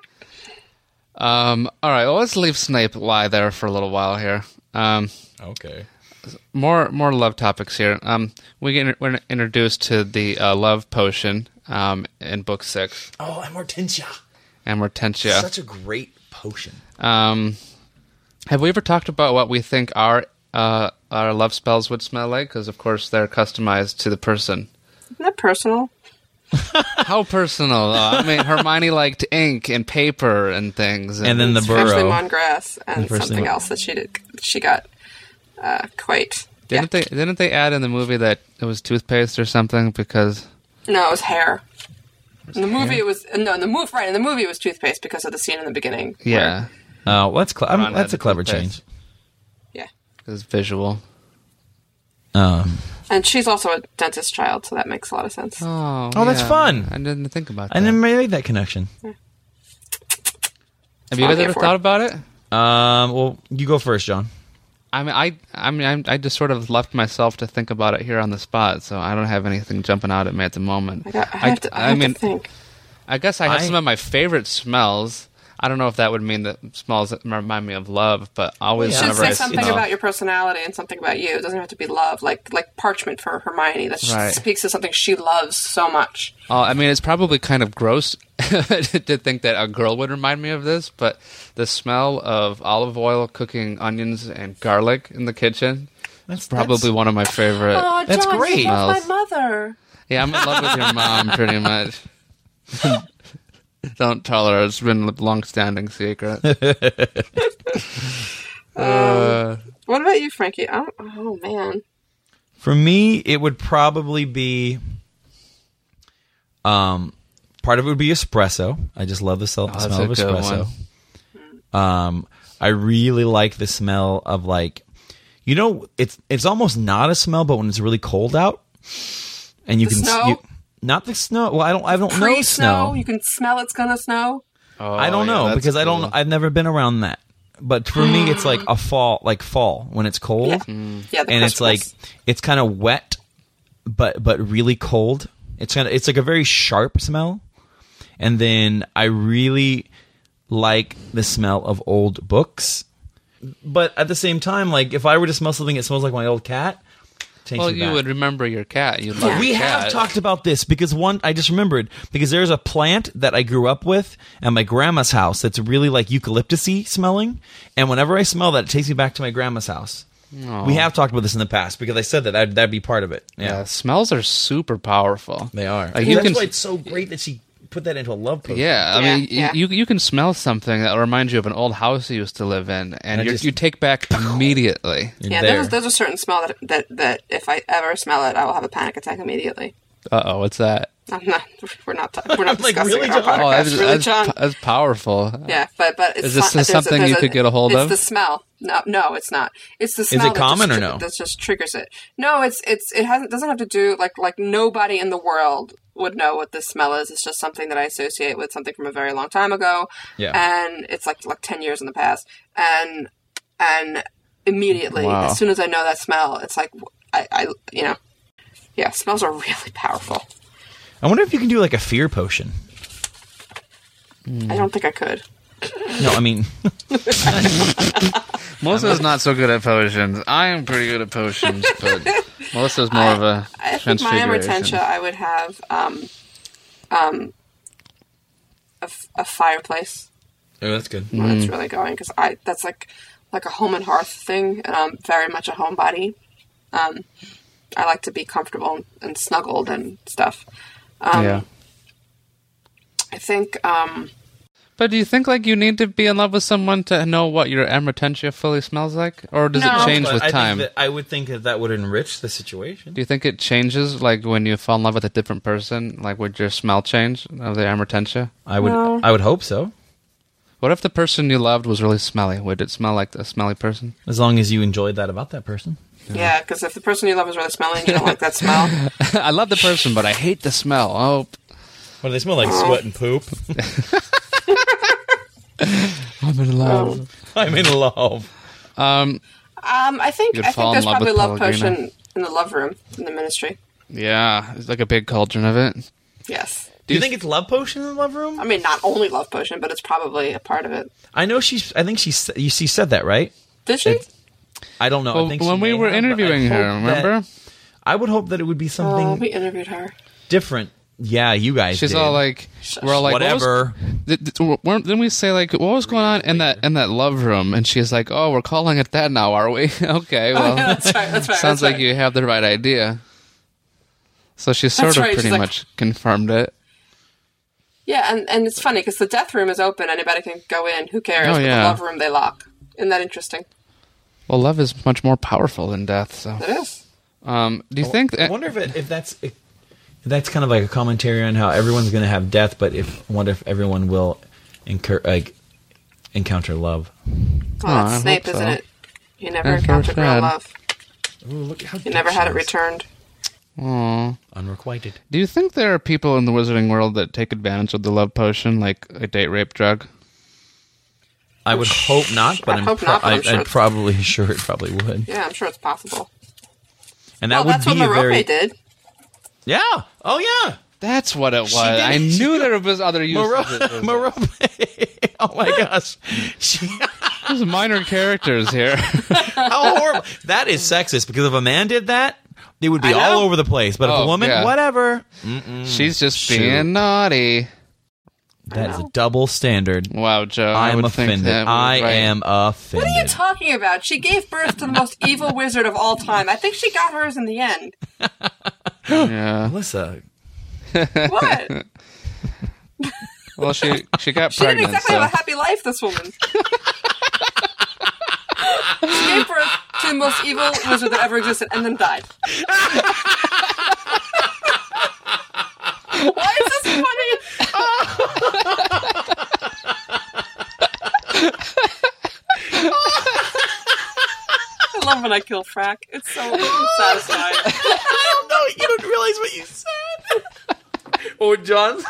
[SPEAKER 8] Um, all right, well, let's leave Snape lie there for a little while here. Um,
[SPEAKER 1] Okay.
[SPEAKER 8] more more love topics here. Um, we get we're introduced to the uh, love potion um, in book six,
[SPEAKER 1] Oh, Amortentia.
[SPEAKER 8] Amortentia.
[SPEAKER 1] Such a great potion.
[SPEAKER 8] Um, have we ever talked about what we think our uh, our love spells would smell like? Because of course they're customized to the person.
[SPEAKER 6] Isn't that personal?
[SPEAKER 8] How personal! though. I mean, Hermione liked ink and paper and things,
[SPEAKER 1] And then the
[SPEAKER 6] Freshly
[SPEAKER 1] burrow.
[SPEAKER 6] Mon Grass and
[SPEAKER 1] Freshly
[SPEAKER 6] something
[SPEAKER 1] Mon-
[SPEAKER 6] else that she did she got uh, quite. Yeah.
[SPEAKER 8] Didn't they? Didn't they add in the movie that it was toothpaste or something? Because
[SPEAKER 6] No, it was hair. In the movie, it was no. In the move, right? In the movie, it was toothpaste because of the scene in the beginning.
[SPEAKER 8] yeah,
[SPEAKER 1] Oh, that's cle- I mean,
[SPEAKER 8] Ron had
[SPEAKER 1] that's
[SPEAKER 8] the
[SPEAKER 1] a clever
[SPEAKER 8] toothpaste.
[SPEAKER 1] change.
[SPEAKER 6] Yeah,
[SPEAKER 8] it was visual.
[SPEAKER 1] Um,
[SPEAKER 6] and she's also a dentist child, so that makes a lot of sense.
[SPEAKER 8] Oh,
[SPEAKER 1] Oh, that's
[SPEAKER 8] yeah.
[SPEAKER 1] fun.
[SPEAKER 8] I didn't think about that.
[SPEAKER 1] I never made that connection.
[SPEAKER 8] Have you guys
[SPEAKER 6] Okay,
[SPEAKER 8] ever
[SPEAKER 6] for-
[SPEAKER 8] thought about it?
[SPEAKER 1] Um, well, you go first, John.
[SPEAKER 8] I mean, I, I mean, I'm, I just sort of left myself to think about it here on the spot, so I don't have anything jumping out at me at the moment.
[SPEAKER 6] I, got, I, have to, I, have
[SPEAKER 8] mean,
[SPEAKER 6] to think.
[SPEAKER 8] I guess I have
[SPEAKER 1] I-
[SPEAKER 8] some of my favorite smells. I don't know if that would mean that smells that remind me of love, but always
[SPEAKER 6] You
[SPEAKER 1] Yeah,
[SPEAKER 6] should
[SPEAKER 8] whenever I
[SPEAKER 6] say
[SPEAKER 1] right.
[SPEAKER 6] something
[SPEAKER 8] smell-
[SPEAKER 6] about your personality and something about you. It doesn't have to be love, like like parchment for Hermione. That she
[SPEAKER 8] Right.
[SPEAKER 6] speaks to something she loves so much.
[SPEAKER 8] Oh, I mean, it's probably kind of gross to think that a girl would remind me of this, but the smell of olive oil cooking onions and garlic in the kitchen
[SPEAKER 1] That's
[SPEAKER 8] probably
[SPEAKER 1] that's-
[SPEAKER 8] one of my favorite.
[SPEAKER 6] Oh,
[SPEAKER 1] That's
[SPEAKER 6] John,
[SPEAKER 1] great.
[SPEAKER 6] You love
[SPEAKER 8] Smells.
[SPEAKER 6] my mother.
[SPEAKER 8] Yeah, I'm in love with your mom, pretty much. Don't tell her. It's been a long-standing secret.
[SPEAKER 6] What about you, Frankie? Oh, oh man,
[SPEAKER 1] for me. It would probably be, um, part of it would be espresso. I just love the smell,
[SPEAKER 8] Oh, that's
[SPEAKER 1] smell of
[SPEAKER 8] a good
[SPEAKER 1] espresso. Um, I really like the smell of like, you know, it's it's almost not a smell, but when it's really cold out, and you
[SPEAKER 6] The
[SPEAKER 1] can s-
[SPEAKER 6] snow?
[SPEAKER 1] you- not the snow. Well, I don't I don't know
[SPEAKER 6] pre
[SPEAKER 1] snow.
[SPEAKER 6] snow. You can smell it's gonna snow.
[SPEAKER 8] Oh,
[SPEAKER 1] I don't
[SPEAKER 8] yeah,
[SPEAKER 1] know
[SPEAKER 8] that's
[SPEAKER 1] because I
[SPEAKER 8] cool.
[SPEAKER 1] don't. I've never been around that. But for me, it's like a fall, like fall when it's cold,
[SPEAKER 6] Yeah,
[SPEAKER 8] Mm.
[SPEAKER 6] yeah. The
[SPEAKER 1] and it's like
[SPEAKER 6] Christmas.
[SPEAKER 1] it's kind of wet, but but really cold. It's kind of it's like a very sharp smell, and then I really like the smell of old books. But at the same time, like if I were to smell something that smells like my old cat, Takes
[SPEAKER 8] Well,
[SPEAKER 1] me
[SPEAKER 8] you
[SPEAKER 1] back.
[SPEAKER 8] would remember your cat. You love
[SPEAKER 1] We
[SPEAKER 8] your
[SPEAKER 1] have
[SPEAKER 8] cat.
[SPEAKER 1] talked about this because one, I just remembered because there's a plant that I grew up with at my grandma's house that's really like eucalyptusy smelling, and whenever I smell that, it takes me back to my grandma's house.
[SPEAKER 8] Oh.
[SPEAKER 1] We have talked about this in the past because I said that that'd, that'd be part of it. Yeah,
[SPEAKER 8] Yeah, smells are super powerful.
[SPEAKER 1] they are.
[SPEAKER 8] Like you
[SPEAKER 1] that's
[SPEAKER 8] can,
[SPEAKER 1] why it's so great that she put that into a love potion.
[SPEAKER 8] yeah, I
[SPEAKER 6] Yeah,
[SPEAKER 8] mean, y-
[SPEAKER 6] yeah.
[SPEAKER 8] you you can smell something that reminds you of an old house you used to live in, and
[SPEAKER 1] I
[SPEAKER 8] you
[SPEAKER 1] just-
[SPEAKER 8] you take back immediately.
[SPEAKER 1] You're
[SPEAKER 6] Yeah,
[SPEAKER 1] there.
[SPEAKER 6] there's, there's a certain smell that, that that if I ever smell it, I will have a panic attack immediately.
[SPEAKER 8] Uh oh, what's that?
[SPEAKER 6] I'm not. We're not. ta- We're not
[SPEAKER 1] Like,
[SPEAKER 6] discussing
[SPEAKER 1] really,
[SPEAKER 6] our
[SPEAKER 1] John?
[SPEAKER 6] podcast.
[SPEAKER 8] Oh, that's,
[SPEAKER 6] really,
[SPEAKER 8] that's,
[SPEAKER 6] John?
[SPEAKER 8] that's powerful.
[SPEAKER 6] yeah, but but it's
[SPEAKER 8] Is this
[SPEAKER 6] not, there's a-
[SPEAKER 8] something
[SPEAKER 6] there's
[SPEAKER 8] you could get a hold
[SPEAKER 6] it's
[SPEAKER 8] of?
[SPEAKER 6] the smell. No, no, it's not. It's the smell.
[SPEAKER 1] it common
[SPEAKER 6] that
[SPEAKER 1] or
[SPEAKER 6] just,
[SPEAKER 1] no?
[SPEAKER 6] That just triggers it. No, it's it's it hasn't doesn't have to do like like nobody in the world would know what this smell is. It's just something that I associate with something from a very long time ago.
[SPEAKER 1] Yeah.
[SPEAKER 6] and it's like like ten years in the past, and and immediately
[SPEAKER 8] Wow.
[SPEAKER 6] as soon as I know that smell, it's like I, I you know, yeah, smells are really powerful.
[SPEAKER 1] I wonder if you can do like a fear potion. Hmm.
[SPEAKER 6] I don't think I could.
[SPEAKER 1] No, I mean,
[SPEAKER 8] Melissa's not so good at potions. I am pretty good at potions, but Melissa's more of a
[SPEAKER 6] I think my
[SPEAKER 8] transfiguration.
[SPEAKER 6] amortentia, I would have um, um, a, f- a fireplace.
[SPEAKER 1] oh, that's good.
[SPEAKER 6] when
[SPEAKER 8] Mm-hmm.
[SPEAKER 6] It's really going because I that's like like a home and hearth thing, and I'm very much a homebody. Um, I like to be comfortable and snuggled and stuff. Um,
[SPEAKER 8] yeah.
[SPEAKER 6] I think um,
[SPEAKER 8] But do you think like you need to be in love with someone to know what your amortentia fully smells like, or does
[SPEAKER 6] No.
[SPEAKER 8] it change with
[SPEAKER 1] I think
[SPEAKER 8] time?
[SPEAKER 1] that- I would think that that would enrich the situation.
[SPEAKER 8] do you think it changes like when you fall in love with a different person? Like would your smell change of the amortentia?
[SPEAKER 1] I would. I would hope so.
[SPEAKER 8] What if the person you loved was really smelly? Would it smell like a smelly person?
[SPEAKER 1] As long as you enjoyed that about that person.
[SPEAKER 6] yeah, because if the person you love is really smelly and you don't like that smell,
[SPEAKER 8] I love the person, but I hate the smell. Oh,
[SPEAKER 1] What do they smell like? Sweat and poop.
[SPEAKER 8] I'm in love.
[SPEAKER 1] I'm in love.
[SPEAKER 6] Oh.
[SPEAKER 8] Um,
[SPEAKER 6] um, I think
[SPEAKER 8] You'd
[SPEAKER 6] I
[SPEAKER 8] fall
[SPEAKER 6] think there's
[SPEAKER 8] in love
[SPEAKER 6] probably
[SPEAKER 8] with
[SPEAKER 6] love
[SPEAKER 8] Pellegrino.
[SPEAKER 6] potion in the love room in the ministry.
[SPEAKER 8] yeah, it's like a big cauldron of it.
[SPEAKER 6] Yes,
[SPEAKER 1] Do you think it's love potion in the love room?
[SPEAKER 6] I mean not only love potion, but it's probably a part of it.
[SPEAKER 1] I know she's. I think she's. You she said that right?
[SPEAKER 6] Did she?
[SPEAKER 1] It's- I don't know. I
[SPEAKER 8] Well,
[SPEAKER 1] think she
[SPEAKER 8] when we
[SPEAKER 1] may
[SPEAKER 8] were
[SPEAKER 1] have, but I
[SPEAKER 8] interviewing her,
[SPEAKER 1] hope that-
[SPEAKER 8] remember?
[SPEAKER 1] I would hope that it would be something
[SPEAKER 6] Oh, we interviewed her.
[SPEAKER 1] different. Yeah, you guys.
[SPEAKER 8] She's
[SPEAKER 1] did.
[SPEAKER 8] all like, we're all like, what was-
[SPEAKER 1] whatever.
[SPEAKER 8] Th- th- w- weren't- Didn't we say like what was going on in that in that love room? And she's like, "Oh, we're calling it that now, are we?" okay, well,
[SPEAKER 6] Yeah, that's right. That's right. that's
[SPEAKER 8] sounds like
[SPEAKER 6] right.
[SPEAKER 8] you have the right idea. So she sort
[SPEAKER 6] That's
[SPEAKER 8] of
[SPEAKER 6] right,
[SPEAKER 8] pretty
[SPEAKER 6] she's like-
[SPEAKER 8] much confirmed it.
[SPEAKER 6] Yeah, and, and it's funny because the death room is open. Anybody can go in. Who cares?
[SPEAKER 8] Oh,
[SPEAKER 6] but
[SPEAKER 8] yeah.
[SPEAKER 6] the love room they lock. Isn't that interesting?
[SPEAKER 8] Well, love is much more powerful than death. So,
[SPEAKER 6] It is.
[SPEAKER 8] um, do you think?
[SPEAKER 1] I wonder if it, if that's if that's kind of like a commentary on how everyone's going to have death, but if what if everyone will incur like encounter love?
[SPEAKER 6] Well,
[SPEAKER 8] Oh, I
[SPEAKER 6] that's
[SPEAKER 8] hope
[SPEAKER 6] Snape,
[SPEAKER 8] so.
[SPEAKER 6] isn't it? He never
[SPEAKER 8] That's so
[SPEAKER 6] encountered real
[SPEAKER 8] sad.
[SPEAKER 6] love.
[SPEAKER 1] Ooh, look how
[SPEAKER 6] He never had it returned.
[SPEAKER 8] Aw.
[SPEAKER 1] Unrequited.
[SPEAKER 8] do you think there are people in the wizarding world that take advantage of the love potion, like a date rape drug?
[SPEAKER 1] I would hope not, but
[SPEAKER 6] I
[SPEAKER 1] I'm,
[SPEAKER 6] hope
[SPEAKER 1] pro-
[SPEAKER 6] not, but I'm
[SPEAKER 1] I,
[SPEAKER 6] sure
[SPEAKER 1] I'm
[SPEAKER 6] it's-
[SPEAKER 1] probably sure it probably would.
[SPEAKER 6] Yeah, I'm sure it's possible.
[SPEAKER 1] And that
[SPEAKER 6] well, that's
[SPEAKER 1] would be
[SPEAKER 6] what Merope
[SPEAKER 1] a very
[SPEAKER 6] did.
[SPEAKER 1] yeah. Oh yeah.
[SPEAKER 8] That's what it was.
[SPEAKER 1] did it.
[SPEAKER 8] I knew there was other uses.
[SPEAKER 1] Moro-
[SPEAKER 8] There's-
[SPEAKER 1] Morope. Oh my gosh. She,
[SPEAKER 8] There's minor characters here.
[SPEAKER 1] how horrible. That is sexist because if a man did that, it would be
[SPEAKER 6] I know.
[SPEAKER 1] all over the place. But if
[SPEAKER 8] Oh,
[SPEAKER 1] a woman,
[SPEAKER 8] yeah.
[SPEAKER 1] whatever.
[SPEAKER 8] She's just
[SPEAKER 1] Shoot.
[SPEAKER 8] being naughty.
[SPEAKER 1] That is a double standard.
[SPEAKER 8] Wow, Joe. I
[SPEAKER 1] I'm
[SPEAKER 8] would think
[SPEAKER 1] offended.
[SPEAKER 8] that-
[SPEAKER 1] I
[SPEAKER 8] right.
[SPEAKER 1] am offended.
[SPEAKER 6] What are you talking about? She gave birth to the most evil wizard of all time. I think she got hers in the end.
[SPEAKER 8] Yeah.
[SPEAKER 1] Melissa,
[SPEAKER 6] What?
[SPEAKER 8] Well, she she got
[SPEAKER 6] she didn't
[SPEAKER 8] pregnant.
[SPEAKER 6] exactly have a
[SPEAKER 8] so-
[SPEAKER 6] happy life, this woman. she gave birth to the most evil wizard that ever existed and then died. Why is this funny? I love when I kill Frack. It's so satisfying.
[SPEAKER 1] no, you don't realize what you said.
[SPEAKER 8] Oh,
[SPEAKER 1] or John's.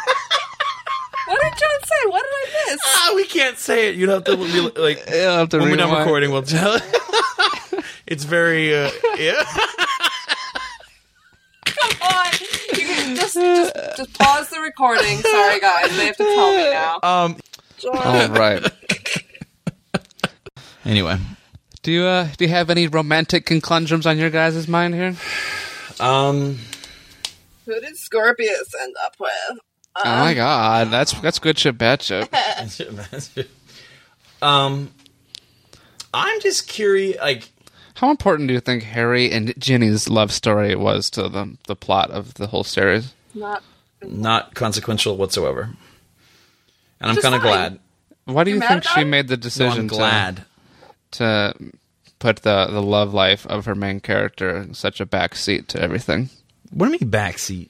[SPEAKER 6] What did John say? What did I miss?
[SPEAKER 1] Ah, we can't say it. You'd have to be like
[SPEAKER 8] Yeah, I'll have to
[SPEAKER 1] when we're done
[SPEAKER 8] rewind.
[SPEAKER 1] recording, we'll tell. it's very uh, yeah.
[SPEAKER 6] on. You can just, just just pause the recording. Sorry guys, they have to tell
[SPEAKER 1] Uh,
[SPEAKER 6] me now.
[SPEAKER 8] All right.
[SPEAKER 1] Anyway,
[SPEAKER 8] Do you uh, do you have any romantic conclundrums on your guys' mind here?
[SPEAKER 1] Um,
[SPEAKER 6] Who did Scorpius end up with?
[SPEAKER 8] oh my god, that's that's good shit, bad shit.
[SPEAKER 1] um, I'm just curious. Like,
[SPEAKER 8] How important do you think Harry and Ginny's love story was to the the plot of the whole series?
[SPEAKER 6] Not.
[SPEAKER 1] not consequential whatsoever. And I'm
[SPEAKER 6] Which is
[SPEAKER 1] kind of
[SPEAKER 6] fine.
[SPEAKER 1] glad.
[SPEAKER 8] Why do you
[SPEAKER 6] mad
[SPEAKER 8] think she
[SPEAKER 6] about it?
[SPEAKER 8] made the
[SPEAKER 1] No,
[SPEAKER 8] decision
[SPEAKER 1] I'm glad.
[SPEAKER 8] to to put the the love life of her main character in such a backseat to everything?
[SPEAKER 1] What do you mean backseat?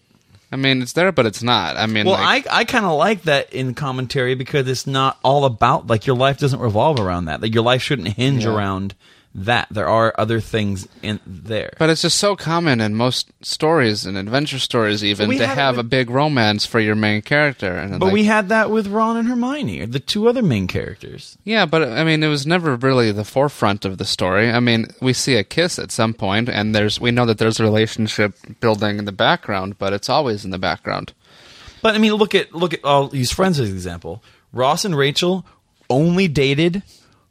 [SPEAKER 8] I mean, it's there, but it's not. I mean,
[SPEAKER 1] Well,
[SPEAKER 8] like,
[SPEAKER 1] I I kind of like that in commentary because it's not all about like your life doesn't revolve around that. Like your life shouldn't hinge
[SPEAKER 8] Yeah.
[SPEAKER 1] around that. There are other things in there.
[SPEAKER 8] But it's just so common in most stories and adventure stories, even
[SPEAKER 1] we
[SPEAKER 8] to
[SPEAKER 1] haven't
[SPEAKER 8] have
[SPEAKER 1] been-
[SPEAKER 8] a big romance for your main character. And then,
[SPEAKER 1] But
[SPEAKER 8] like-
[SPEAKER 1] we had that with Ron and Hermione, the two other main characters.
[SPEAKER 8] yeah, but I mean, it was never really the forefront of the story. I mean, we see a kiss at some point, and there's we know that there's a relationship building in the background, but it's always in the background.
[SPEAKER 1] But I mean, look at look at. I'll use Friends as an example. Ross and Rachel only dated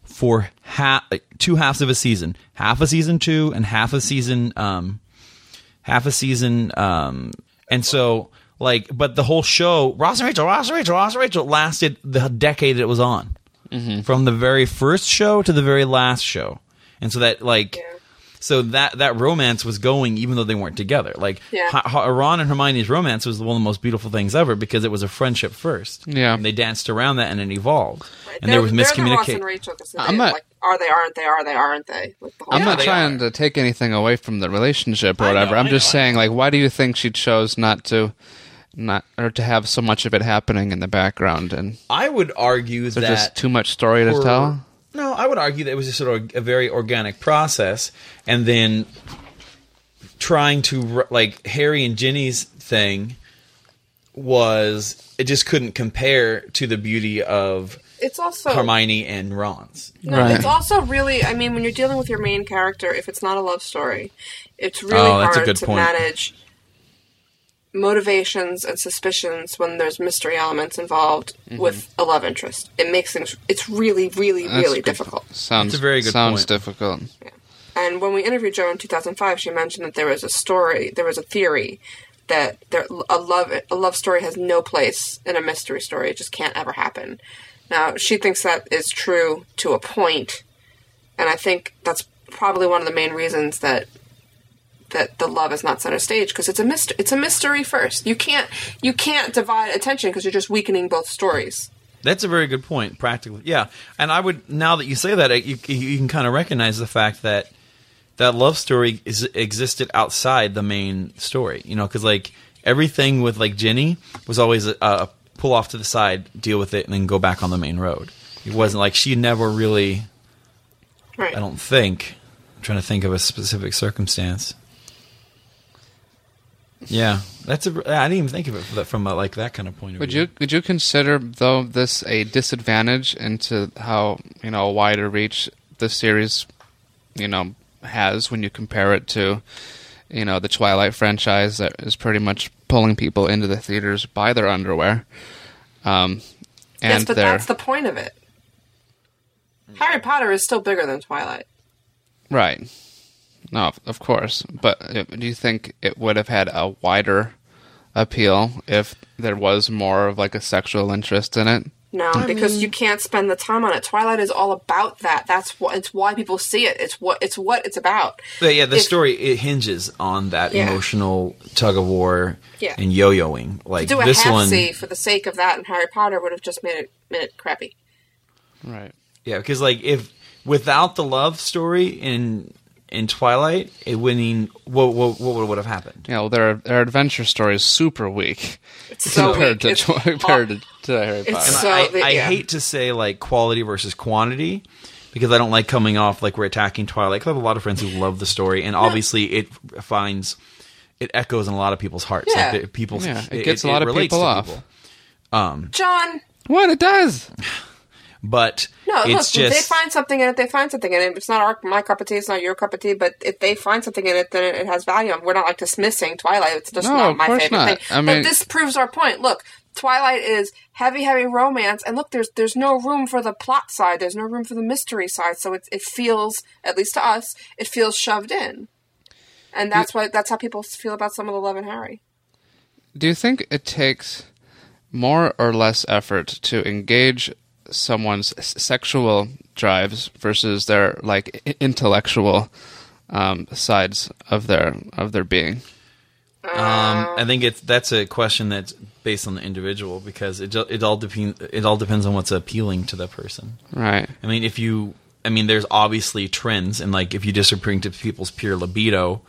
[SPEAKER 1] for ha- like, two halves of a season, half a season two and half a season, um, half a season, um, and so like, but the whole show, Ross and Rachel, Ross and Rachel, Ross and Rachel, lasted the decade it was on,
[SPEAKER 8] Mm-hmm.
[SPEAKER 1] from the very first show to the very last show, and so that like. So that that romance was going, even though they weren't together. Like
[SPEAKER 6] Yeah.
[SPEAKER 1] Ha- Ha- Ron and Hermione's romance was one of the most beautiful things ever because it was a friendship first.
[SPEAKER 8] Yeah.
[SPEAKER 1] and they danced around that and it evolved. And
[SPEAKER 6] They're-
[SPEAKER 1] there was
[SPEAKER 6] they're the Ross and
[SPEAKER 1] miscommunication.
[SPEAKER 6] Rachel 'cause they,
[SPEAKER 8] I'm not-
[SPEAKER 6] like, are they? Aren't they? Are they? Aren't they? Like, the whole
[SPEAKER 8] I'm not
[SPEAKER 1] they
[SPEAKER 8] trying
[SPEAKER 1] are.
[SPEAKER 8] to take anything away from the relationship or
[SPEAKER 1] I know,
[SPEAKER 8] whatever. I'm
[SPEAKER 1] I
[SPEAKER 8] just
[SPEAKER 1] know, I
[SPEAKER 8] saying, like, why do you think she chose not to, not or to have so much of it happening in the background and
[SPEAKER 1] I would argue
[SPEAKER 8] there's just
[SPEAKER 1] that
[SPEAKER 8] too much story to
[SPEAKER 1] for-
[SPEAKER 8] tell?
[SPEAKER 1] No, I would argue that it was just sort of a very organic process, and then trying to r- like Harry and Ginny's thing was it just couldn't compare to the beauty of
[SPEAKER 6] It's also
[SPEAKER 1] Hermione and Ron's.
[SPEAKER 6] No,
[SPEAKER 8] Right.
[SPEAKER 6] it's also really. I mean, when you're dealing with your main character, if it's not a love story, it's really
[SPEAKER 1] Oh, that's a
[SPEAKER 6] hard
[SPEAKER 1] good
[SPEAKER 6] to
[SPEAKER 1] point.
[SPEAKER 6] manage motivations and suspicions when there's mystery elements involved
[SPEAKER 1] Mm-hmm.
[SPEAKER 6] with a love interest. It makes things. It's really, really,
[SPEAKER 8] That's
[SPEAKER 6] really
[SPEAKER 8] good.
[SPEAKER 6] difficult.
[SPEAKER 8] Sounds
[SPEAKER 1] It's a very good
[SPEAKER 8] sounds
[SPEAKER 1] point.
[SPEAKER 8] difficult.
[SPEAKER 6] And when we interviewed Joe in 2005, she mentioned that there was a story, there was a theory that there, a love a love story has no place in a mystery story. It just can't ever happen. Now she thinks that is true to a point, and I think that's probably one of the main reasons that that the love is not center stage because it's a mystery. It's a mystery first. You can't you can't divide attention because you're just weakening both stories.
[SPEAKER 1] That's a very good point. Practically, yeah. And I would now that you say that, you you can kind of recognize the fact that that love story is, existed outside the main story. You know, because like everything with like Jenny was always a, a pull off to the side, deal with it, and then go back on the main road. It wasn't like she never really.
[SPEAKER 6] Right.
[SPEAKER 1] I don't think. I'm trying to think of a specific circumstance. Yeah, that's a. I didn't even think of it from, that- from a, like that kind of point of
[SPEAKER 8] Would
[SPEAKER 1] view.
[SPEAKER 8] you would you consider though this a disadvantage into how you know a wider reach the series you know has when you compare it to you know the Twilight franchise that is pretty much pulling people into the theaters by their underwear. Um, and
[SPEAKER 6] yes, but
[SPEAKER 8] their,
[SPEAKER 6] that's the point of it.
[SPEAKER 1] Hmm.
[SPEAKER 6] Harry Potter is still bigger than Twilight.
[SPEAKER 8] Right. No, of- of course. But uh, do you think it would have had a wider appeal if there was more of like a sexual interest in it?
[SPEAKER 6] No, because you can't spend the time on it. Twilight is all about that. That's what it's why people see it. It's what it's what it's about.
[SPEAKER 1] But yeah, the
[SPEAKER 6] If-
[SPEAKER 1] story it hinges on that
[SPEAKER 6] Yeah.
[SPEAKER 1] emotional tug of war
[SPEAKER 6] Yeah.
[SPEAKER 1] and yo-yoing. Like
[SPEAKER 6] Do a
[SPEAKER 1] this
[SPEAKER 6] half
[SPEAKER 1] one,
[SPEAKER 6] see for the sake of that and Harry Potter would have just made it made it crappy.
[SPEAKER 8] Right.
[SPEAKER 1] yeah, because like if without the love story in in Twilight, it wouldn't. What what what would have happened?
[SPEAKER 8] You know, their their adventure story is super weak
[SPEAKER 6] It's so weak.
[SPEAKER 8] compared to
[SPEAKER 6] It's,
[SPEAKER 8] Twi- compared to, to Harry
[SPEAKER 6] it's
[SPEAKER 8] Potter.
[SPEAKER 6] so
[SPEAKER 1] I,
[SPEAKER 6] the-
[SPEAKER 1] I
[SPEAKER 6] yeah.
[SPEAKER 1] hate to say like quality versus quantity because I don't like coming off like we're attacking Twilight. 'Cause I have a lot of friends who love the story, and obviously it finds it echoes in a lot of people's hearts.
[SPEAKER 6] Yeah.
[SPEAKER 1] Like the, people's,
[SPEAKER 8] Yeah, it gets a lot of
[SPEAKER 1] relates
[SPEAKER 8] people
[SPEAKER 1] to
[SPEAKER 8] off.
[SPEAKER 6] John.
[SPEAKER 8] What it does?
[SPEAKER 1] But
[SPEAKER 6] No,
[SPEAKER 1] it's
[SPEAKER 6] look, if they
[SPEAKER 1] just
[SPEAKER 6] find something in it, they find something in it. If It's not our, my cup of tea, it's not your cup of tea, but if they find something in it, then it, it has value. We're not like dismissing Twilight. It's just
[SPEAKER 8] No,
[SPEAKER 6] not
[SPEAKER 8] of
[SPEAKER 6] my
[SPEAKER 8] course
[SPEAKER 6] favorite
[SPEAKER 8] not.
[SPEAKER 6] thing.
[SPEAKER 8] I mean-
[SPEAKER 6] but this proves our point. Look, Twilight is heavy, heavy romance, and look, there's there's no room for the plot side. There's no room for the mystery side. So it it feels, at least to us, it feels shoved in, and that's why that's how people feel about some of the Love and Harry.
[SPEAKER 8] Do you think it takes more or less effort to engage someone's s- sexual drives versus their like i- intellectual um, sides of their of their being?
[SPEAKER 1] Um, I think it's that's a question that's based on the individual because it ju- it all depends it all depends on what's appealing to the person.
[SPEAKER 8] Right.
[SPEAKER 1] I mean, if you, I mean, there's obviously trends, and like if you just appealing to people's pure libido,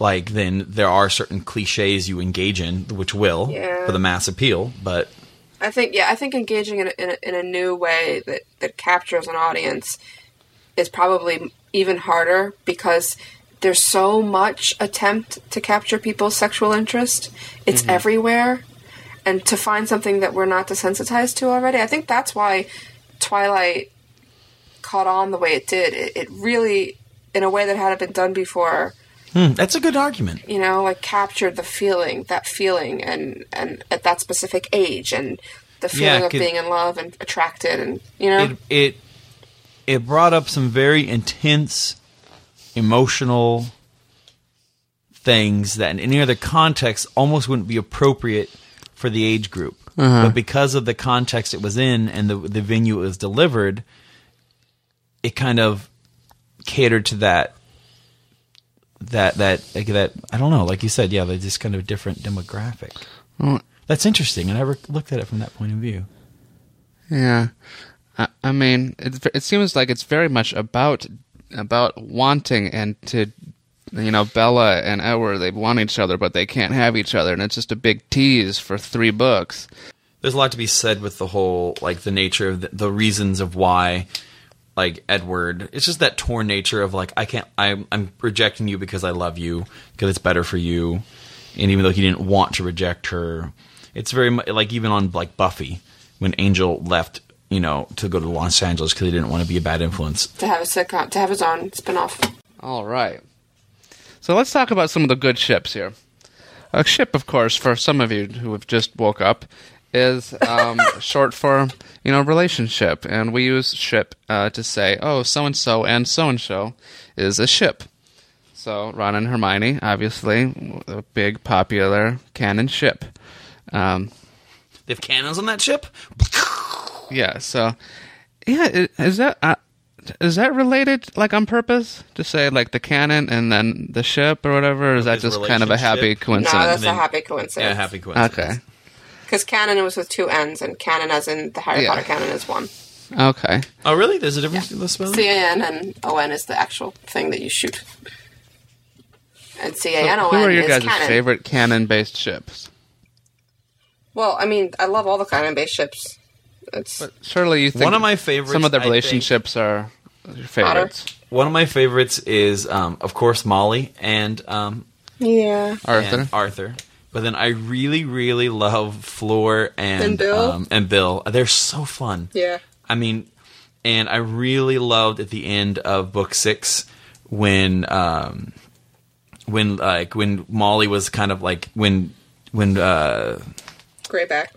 [SPEAKER 1] like then there are certain cliches you engage in, which will
[SPEAKER 6] Yeah.
[SPEAKER 1] for the mass appeal. But
[SPEAKER 6] I think yeah, I think engaging in a, in a, in a new way that that captures an audience is probably even harder because there's so much attempt to capture people's sexual interest. It's everywhere, and to find something that we're not desensitized to already, I think that's why Twilight caught on the way it did. It, it really, in a way that hadn't been done before,
[SPEAKER 1] hmm, that's a good argument.
[SPEAKER 6] you know like captured the feeling that feeling and and at that specific age and the
[SPEAKER 1] Yeah,
[SPEAKER 6] feeling of
[SPEAKER 1] could-
[SPEAKER 6] being in love and attracted and you know
[SPEAKER 1] It it it brought up some very intense emotional things that in any other context almost wouldn't be appropriate for the age group. But because of the context it was in and the the venue it was delivered, it kind of catered to that that that like that I don't know, like you said, yeah, they're just kind of different demographic.
[SPEAKER 8] Oh,
[SPEAKER 1] That's interesting. I never looked at it from that point of view.
[SPEAKER 8] Yeah, I, I mean, it, it seems like it's very much about about wanting and to, you know, Bella and Edward they want each other, but they can't have each other, and it's just a big tease for three books.
[SPEAKER 1] there's a lot to be said with the whole like the nature of the, the reasons of why like Edward it's just that torn nature of like I can't I'm I'm rejecting you because I love you because it's better for you and even though he didn't want to reject her it's very mu- like even on like Buffy when Angel left you know to go to Los Angeles because he didn't want to be a bad influence
[SPEAKER 6] to have a sitcom to have his own spin-off
[SPEAKER 8] All right, so let's talk about some of the good ships here. A ship, of course, for some of you who have just woke up, is um, short for you know relationship, and we use ship uh, to say, oh, so and so and so and so is a ship. So Ron and Hermione, obviously, a big popular canon ship. Um,
[SPEAKER 1] they have cannons on that ship
[SPEAKER 8] yeah. So, yeah, i- is that uh, is that related like on purpose to say like the canon and then the ship or whatever? Or is that
[SPEAKER 1] His
[SPEAKER 8] just kind of a happy
[SPEAKER 1] relationship.
[SPEAKER 6] no that's
[SPEAKER 8] coincidence?
[SPEAKER 6] a happy coincidence
[SPEAKER 1] yeah happy coincidence
[SPEAKER 8] okay.
[SPEAKER 6] because canon was with two n's and canon as in the harry
[SPEAKER 8] Yeah.
[SPEAKER 6] potter canon is one
[SPEAKER 8] Okay.
[SPEAKER 1] oh really there's a difference in the spelling
[SPEAKER 6] c-a-n and o-n is the actual thing that you shoot and
[SPEAKER 8] Who
[SPEAKER 6] c-a-n-o-n
[SPEAKER 8] are your
[SPEAKER 6] is
[SPEAKER 8] guys'
[SPEAKER 6] canon
[SPEAKER 8] favorite canon-based ships?
[SPEAKER 6] well i mean i love all the canon-based ships it's
[SPEAKER 8] Surely you think
[SPEAKER 1] One of my favorites,
[SPEAKER 8] Some of the
[SPEAKER 1] I think-
[SPEAKER 8] relationships are your favorites.
[SPEAKER 1] one of my favorites is um, of course Molly and um,
[SPEAKER 6] yeah
[SPEAKER 8] Arthur.
[SPEAKER 1] and Arthur. But then I really, really love Floor and
[SPEAKER 6] And Bill?
[SPEAKER 1] Um, and Bill. They're so fun.
[SPEAKER 6] Yeah.
[SPEAKER 1] I mean, and I really loved at the end of book six when um, when like when Molly was kind of like when when uh
[SPEAKER 6] grayback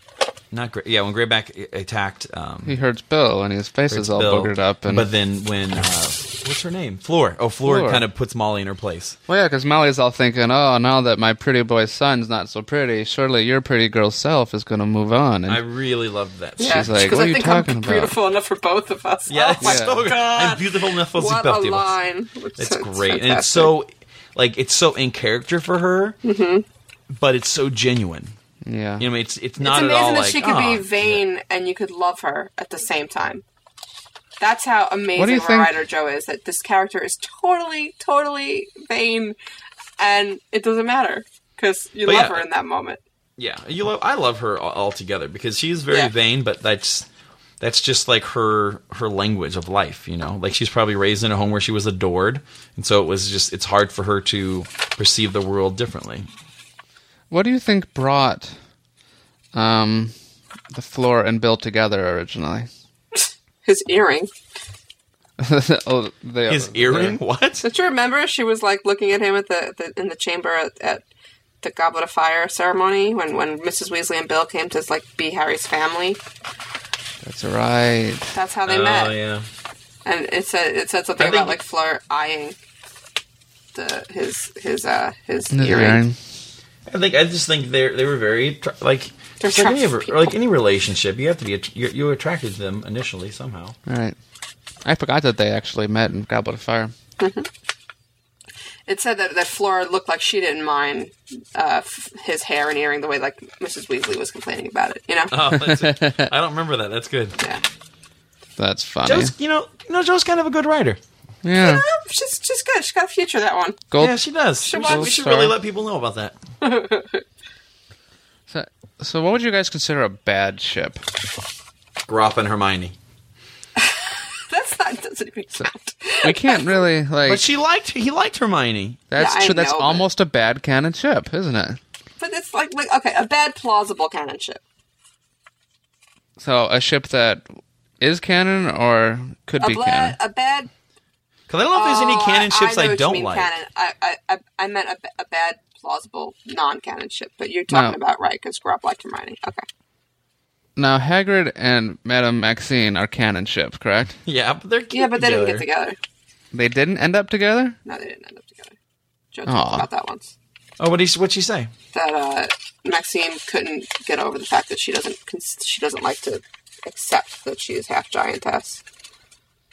[SPEAKER 1] not great yeah when Greyback attacked um
[SPEAKER 8] He hurts Bill, and his face is all
[SPEAKER 1] Bill.
[SPEAKER 8] boogered up. And
[SPEAKER 1] but then when uh, what's her name Floor oh Floor,
[SPEAKER 8] Fleur.
[SPEAKER 1] kind of puts Molly in her place
[SPEAKER 8] well, yeah, because Molly's all thinking, "Oh, now that my pretty boy son's not so pretty, surely your pretty girl self is going to move on." And
[SPEAKER 1] I really loved that
[SPEAKER 6] Yeah,
[SPEAKER 8] She's like,
[SPEAKER 6] because
[SPEAKER 8] "What
[SPEAKER 6] I
[SPEAKER 8] are you
[SPEAKER 6] think
[SPEAKER 8] talking
[SPEAKER 6] I'm
[SPEAKER 8] about?"
[SPEAKER 6] beautiful enough for both of us.
[SPEAKER 1] Yeah,
[SPEAKER 6] Oh my
[SPEAKER 1] it's so good.
[SPEAKER 6] God.
[SPEAKER 1] And beautiful enough for
[SPEAKER 6] What
[SPEAKER 1] both
[SPEAKER 6] a
[SPEAKER 1] of us.
[SPEAKER 6] line! Which
[SPEAKER 1] It's
[SPEAKER 6] is
[SPEAKER 1] great, and it's
[SPEAKER 6] fantastic. Mm-hmm.
[SPEAKER 1] so like it's so in character for her, but it's so genuine.
[SPEAKER 8] yeah,
[SPEAKER 1] You know, it's it's
[SPEAKER 6] It's
[SPEAKER 1] not
[SPEAKER 6] amazing
[SPEAKER 1] at all
[SPEAKER 6] that
[SPEAKER 1] like
[SPEAKER 6] she could
[SPEAKER 1] "Ah,
[SPEAKER 6] be vain and you could love her at the same time. That's how
[SPEAKER 8] What do
[SPEAKER 6] amazing
[SPEAKER 8] you think-
[SPEAKER 6] writer Joe is. That this character is totally, totally vain, and it doesn't matter because you
[SPEAKER 1] But
[SPEAKER 6] love
[SPEAKER 1] yeah.
[SPEAKER 6] her in that moment.
[SPEAKER 1] yeah. You love I love her al- altogether because she's very
[SPEAKER 6] Yeah.
[SPEAKER 1] vain, but that's that's just like her her language of life. You know, like she's probably raised in a home where she was adored, and so it was just it's hard for her to perceive the world differently.
[SPEAKER 8] What do you think brought um, the floor and Bill together originally?
[SPEAKER 6] His earring.
[SPEAKER 8] oh, they,
[SPEAKER 1] His earring, what?
[SPEAKER 6] Don't you remember? She was like looking at him at the, the in the chamber at, at the Goblet of Fire ceremony when when Mrs. Weasley and Bill came to like be Harry's family.
[SPEAKER 8] That's right.
[SPEAKER 6] That's how they
[SPEAKER 1] Oh
[SPEAKER 6] met.
[SPEAKER 1] yeah.
[SPEAKER 6] And it said it said something
[SPEAKER 1] I
[SPEAKER 6] about like
[SPEAKER 1] think-
[SPEAKER 6] Fleur eyeing the his his uh his
[SPEAKER 8] Isn't it
[SPEAKER 6] earring.
[SPEAKER 8] Aaron?
[SPEAKER 1] I think I just think they they were very tr- like
[SPEAKER 6] They're
[SPEAKER 1] just like any
[SPEAKER 6] attractive
[SPEAKER 1] re-
[SPEAKER 6] people.
[SPEAKER 1] like any relationship you have to be att- you're, you're attracted to them initially somehow.
[SPEAKER 8] All right. I forgot that they actually met in Goblet of Fire.
[SPEAKER 6] It said that, that Flora looked like she didn't mind uh, f- his hair and earring the way like Mrs. Weasley was complaining about it. You know?
[SPEAKER 1] Oh, that's, I don't remember that. That's good.
[SPEAKER 6] Yeah.
[SPEAKER 8] That's funny.
[SPEAKER 1] Joe's you know you know Joe's kind of a good writer.
[SPEAKER 8] yeah.
[SPEAKER 6] Oh, she's she's good. She's got a future. That one.
[SPEAKER 8] Gold.
[SPEAKER 1] Yeah, she does.
[SPEAKER 6] She
[SPEAKER 1] we
[SPEAKER 6] was.
[SPEAKER 1] should, we should
[SPEAKER 8] Sorry.
[SPEAKER 1] really let people know about that.
[SPEAKER 8] So, so what would you guys consider a bad ship?
[SPEAKER 1] Grop and Hermione,
[SPEAKER 6] That's not doesn't even count.
[SPEAKER 8] We can't really like.
[SPEAKER 1] but she liked he liked Hermione.
[SPEAKER 8] that's
[SPEAKER 6] Yeah, I
[SPEAKER 8] true. That's
[SPEAKER 6] know, but-
[SPEAKER 8] almost a bad canon ship, isn't it?
[SPEAKER 6] But it's like like okay, a bad plausible canon ship.
[SPEAKER 8] So a ship that is canon or could
[SPEAKER 6] A
[SPEAKER 8] be
[SPEAKER 6] bad
[SPEAKER 8] canon.
[SPEAKER 6] a bad.
[SPEAKER 1] Because I don't know if there's any
[SPEAKER 6] oh,
[SPEAKER 1] canon ships
[SPEAKER 6] know
[SPEAKER 1] I,
[SPEAKER 6] what you
[SPEAKER 1] don't
[SPEAKER 6] mean,
[SPEAKER 1] like.
[SPEAKER 6] Canon. I I I, I meant a, ba- a bad plausible non canon ship. But you're talking
[SPEAKER 8] No.
[SPEAKER 6] about right because Grub liked Hermione. Okay.
[SPEAKER 8] Now Hagrid and Madame Maxine are canon ships, correct?
[SPEAKER 1] Yeah, but they're cute
[SPEAKER 6] Yeah, but they
[SPEAKER 1] together.
[SPEAKER 6] didn't get together.
[SPEAKER 8] They didn't end up together.
[SPEAKER 6] No, they didn't end up together. Joe
[SPEAKER 8] Aw.
[SPEAKER 6] talked about that once.
[SPEAKER 1] Oh, what did what she say?
[SPEAKER 6] that uh, Maxine couldn't get over the fact that she doesn't cons- she doesn't like to accept that she is half giantess.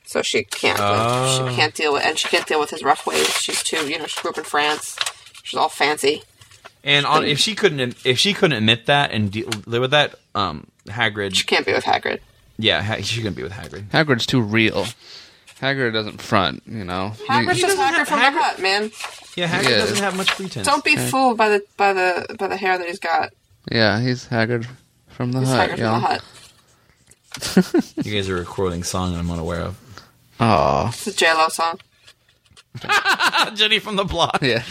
[SPEAKER 6] So she can't like,
[SPEAKER 8] Ah.
[SPEAKER 6] she can't deal with and she can't deal with his rough ways. She's too you know she grew up in France. She's all fancy.
[SPEAKER 1] And on, if she couldn't if she couldn't admit that and deal, live with that, um,
[SPEAKER 6] She
[SPEAKER 1] Hagrid,
[SPEAKER 6] can't be with Hagrid.
[SPEAKER 8] Mm.
[SPEAKER 1] yeah, ha- she couldn't be with Hagrid.
[SPEAKER 8] Hagrid's too real. Hagrid doesn't front, you know. He-
[SPEAKER 6] Hagrid's just Hagrid
[SPEAKER 1] have-
[SPEAKER 6] from
[SPEAKER 1] Hagrid-
[SPEAKER 6] the hut, man.
[SPEAKER 1] Yeah, Hagrid
[SPEAKER 8] Yeah.
[SPEAKER 1] doesn't have much pretense.
[SPEAKER 6] Don't be fooled by the by the by the hair that he's got.
[SPEAKER 8] yeah, he's Hagrid from the
[SPEAKER 6] He's
[SPEAKER 8] hut.
[SPEAKER 6] Hagrid
[SPEAKER 8] y'all.
[SPEAKER 6] from the hut.
[SPEAKER 1] You guys are recording song I'm unaware of.
[SPEAKER 8] Aw.
[SPEAKER 6] It's a J Lo song.
[SPEAKER 1] Jenny from the block.
[SPEAKER 8] Yeah.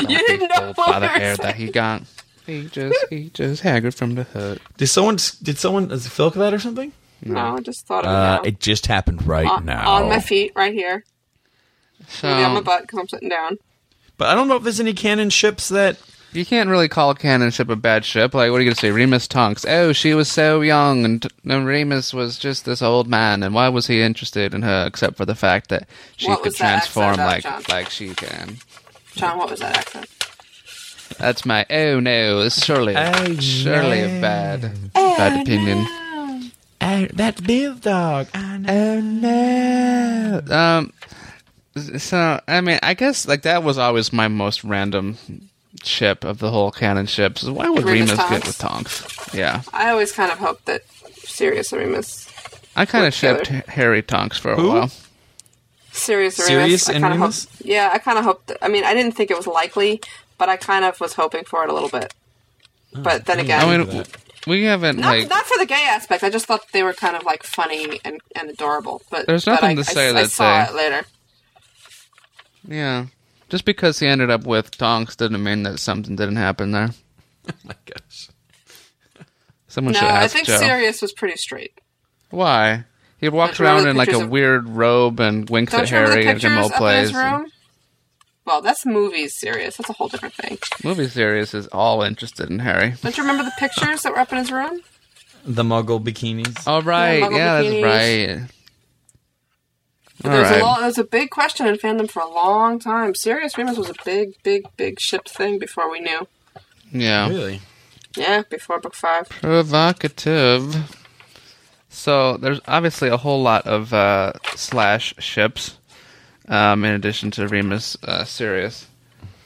[SPEAKER 6] You didn't know
[SPEAKER 8] Old by
[SPEAKER 6] what we
[SPEAKER 8] the
[SPEAKER 6] were
[SPEAKER 8] hair that he got. He just, he just Hagrid from the hut.
[SPEAKER 1] Did someone? Did someone? Is it Phil that or something?
[SPEAKER 6] saying. No, I just thought of
[SPEAKER 7] Uh,
[SPEAKER 6] it
[SPEAKER 7] it just happened right
[SPEAKER 6] now. On,
[SPEAKER 7] now.
[SPEAKER 6] on my feet, right here.
[SPEAKER 8] So
[SPEAKER 6] Maybe on my butt because I'm sitting down.
[SPEAKER 1] But I don't know if there's any canon ships that.
[SPEAKER 8] you can't really call a canon ship a bad ship. Like, what are you gonna say, Remus Tonks? Oh, she was so young, and, and Remus was just this old man. And why was he interested in her, except for the fact that she
[SPEAKER 6] What
[SPEAKER 8] could
[SPEAKER 6] was that
[SPEAKER 8] transform
[SPEAKER 6] accent about,
[SPEAKER 8] like
[SPEAKER 6] John?
[SPEAKER 8] like she can?
[SPEAKER 6] John, what was that accent?
[SPEAKER 8] That's my oh no, it's surely
[SPEAKER 1] Oh,
[SPEAKER 8] surely a
[SPEAKER 1] no.
[SPEAKER 8] bad bad opinion.
[SPEAKER 1] Oh, that Biv dog.
[SPEAKER 8] Oh no. Um. So I mean, I guess like that was always my most random ship of the whole canon ships. Is Why would
[SPEAKER 6] Remus
[SPEAKER 8] Remus, get
[SPEAKER 6] Tonks?
[SPEAKER 8] with Tonks? Yeah,
[SPEAKER 6] I always kind of hoped that Sirius Remus,
[SPEAKER 8] I kind of
[SPEAKER 6] Worked together.
[SPEAKER 8] shipped Harry Tonks for a
[SPEAKER 1] Who?
[SPEAKER 8] while.
[SPEAKER 6] Sirius Remus,
[SPEAKER 1] Sirius
[SPEAKER 6] I
[SPEAKER 1] and
[SPEAKER 6] kind of
[SPEAKER 1] Remus?
[SPEAKER 6] hoped- yeah, I kind of hoped. I mean, I didn't think it was likely, but I kind of was hoping for it a little bit.
[SPEAKER 7] Oh,
[SPEAKER 6] But then again,
[SPEAKER 8] I mean, w- we haven't
[SPEAKER 6] not,
[SPEAKER 8] like
[SPEAKER 6] not for the gay aspect. I just thought they were kind of like funny and, and adorable. But
[SPEAKER 8] There's
[SPEAKER 6] but
[SPEAKER 8] nothing
[SPEAKER 6] I,
[SPEAKER 8] to say
[SPEAKER 6] I, I
[SPEAKER 8] that
[SPEAKER 6] saw
[SPEAKER 8] they-
[SPEAKER 6] it later.
[SPEAKER 8] yeah. Just because he ended up with Tonks didn't mean that something didn't happen there.
[SPEAKER 1] my gosh.
[SPEAKER 8] Someone
[SPEAKER 6] No,
[SPEAKER 8] should
[SPEAKER 6] I
[SPEAKER 8] ask
[SPEAKER 6] think
[SPEAKER 8] Joe.
[SPEAKER 6] Sirius was pretty straight.
[SPEAKER 8] Why? He walks
[SPEAKER 6] Don't you remember
[SPEAKER 8] around
[SPEAKER 6] the
[SPEAKER 8] in like a
[SPEAKER 6] pictures of-
[SPEAKER 8] weird robe and winks
[SPEAKER 6] Don't
[SPEAKER 8] at
[SPEAKER 6] you remember
[SPEAKER 8] Harry
[SPEAKER 6] the
[SPEAKER 8] and
[SPEAKER 6] pictures
[SPEAKER 8] Jamal
[SPEAKER 6] up in
[SPEAKER 8] plays.
[SPEAKER 6] his room? Well, that's movies, Sirius. That's a whole different thing.
[SPEAKER 8] Movie series is all interested in Harry.
[SPEAKER 6] Don't you remember the pictures that were up in his room?
[SPEAKER 1] The Muggle bikinis.
[SPEAKER 8] All right,
[SPEAKER 6] Muggle
[SPEAKER 8] yeah,
[SPEAKER 6] bikinis.
[SPEAKER 8] that's right.
[SPEAKER 6] But
[SPEAKER 8] All
[SPEAKER 6] there was
[SPEAKER 8] right.
[SPEAKER 6] a lo- there was a big question in fandom for a long time. Sirius Remus was a big, big, big ship thing before we knew.
[SPEAKER 8] yeah,
[SPEAKER 1] Really?
[SPEAKER 6] Yeah, before book five.
[SPEAKER 8] provocative. So there's obviously a whole lot of uh, slash ships, um, in addition to Remus uh, Sirius.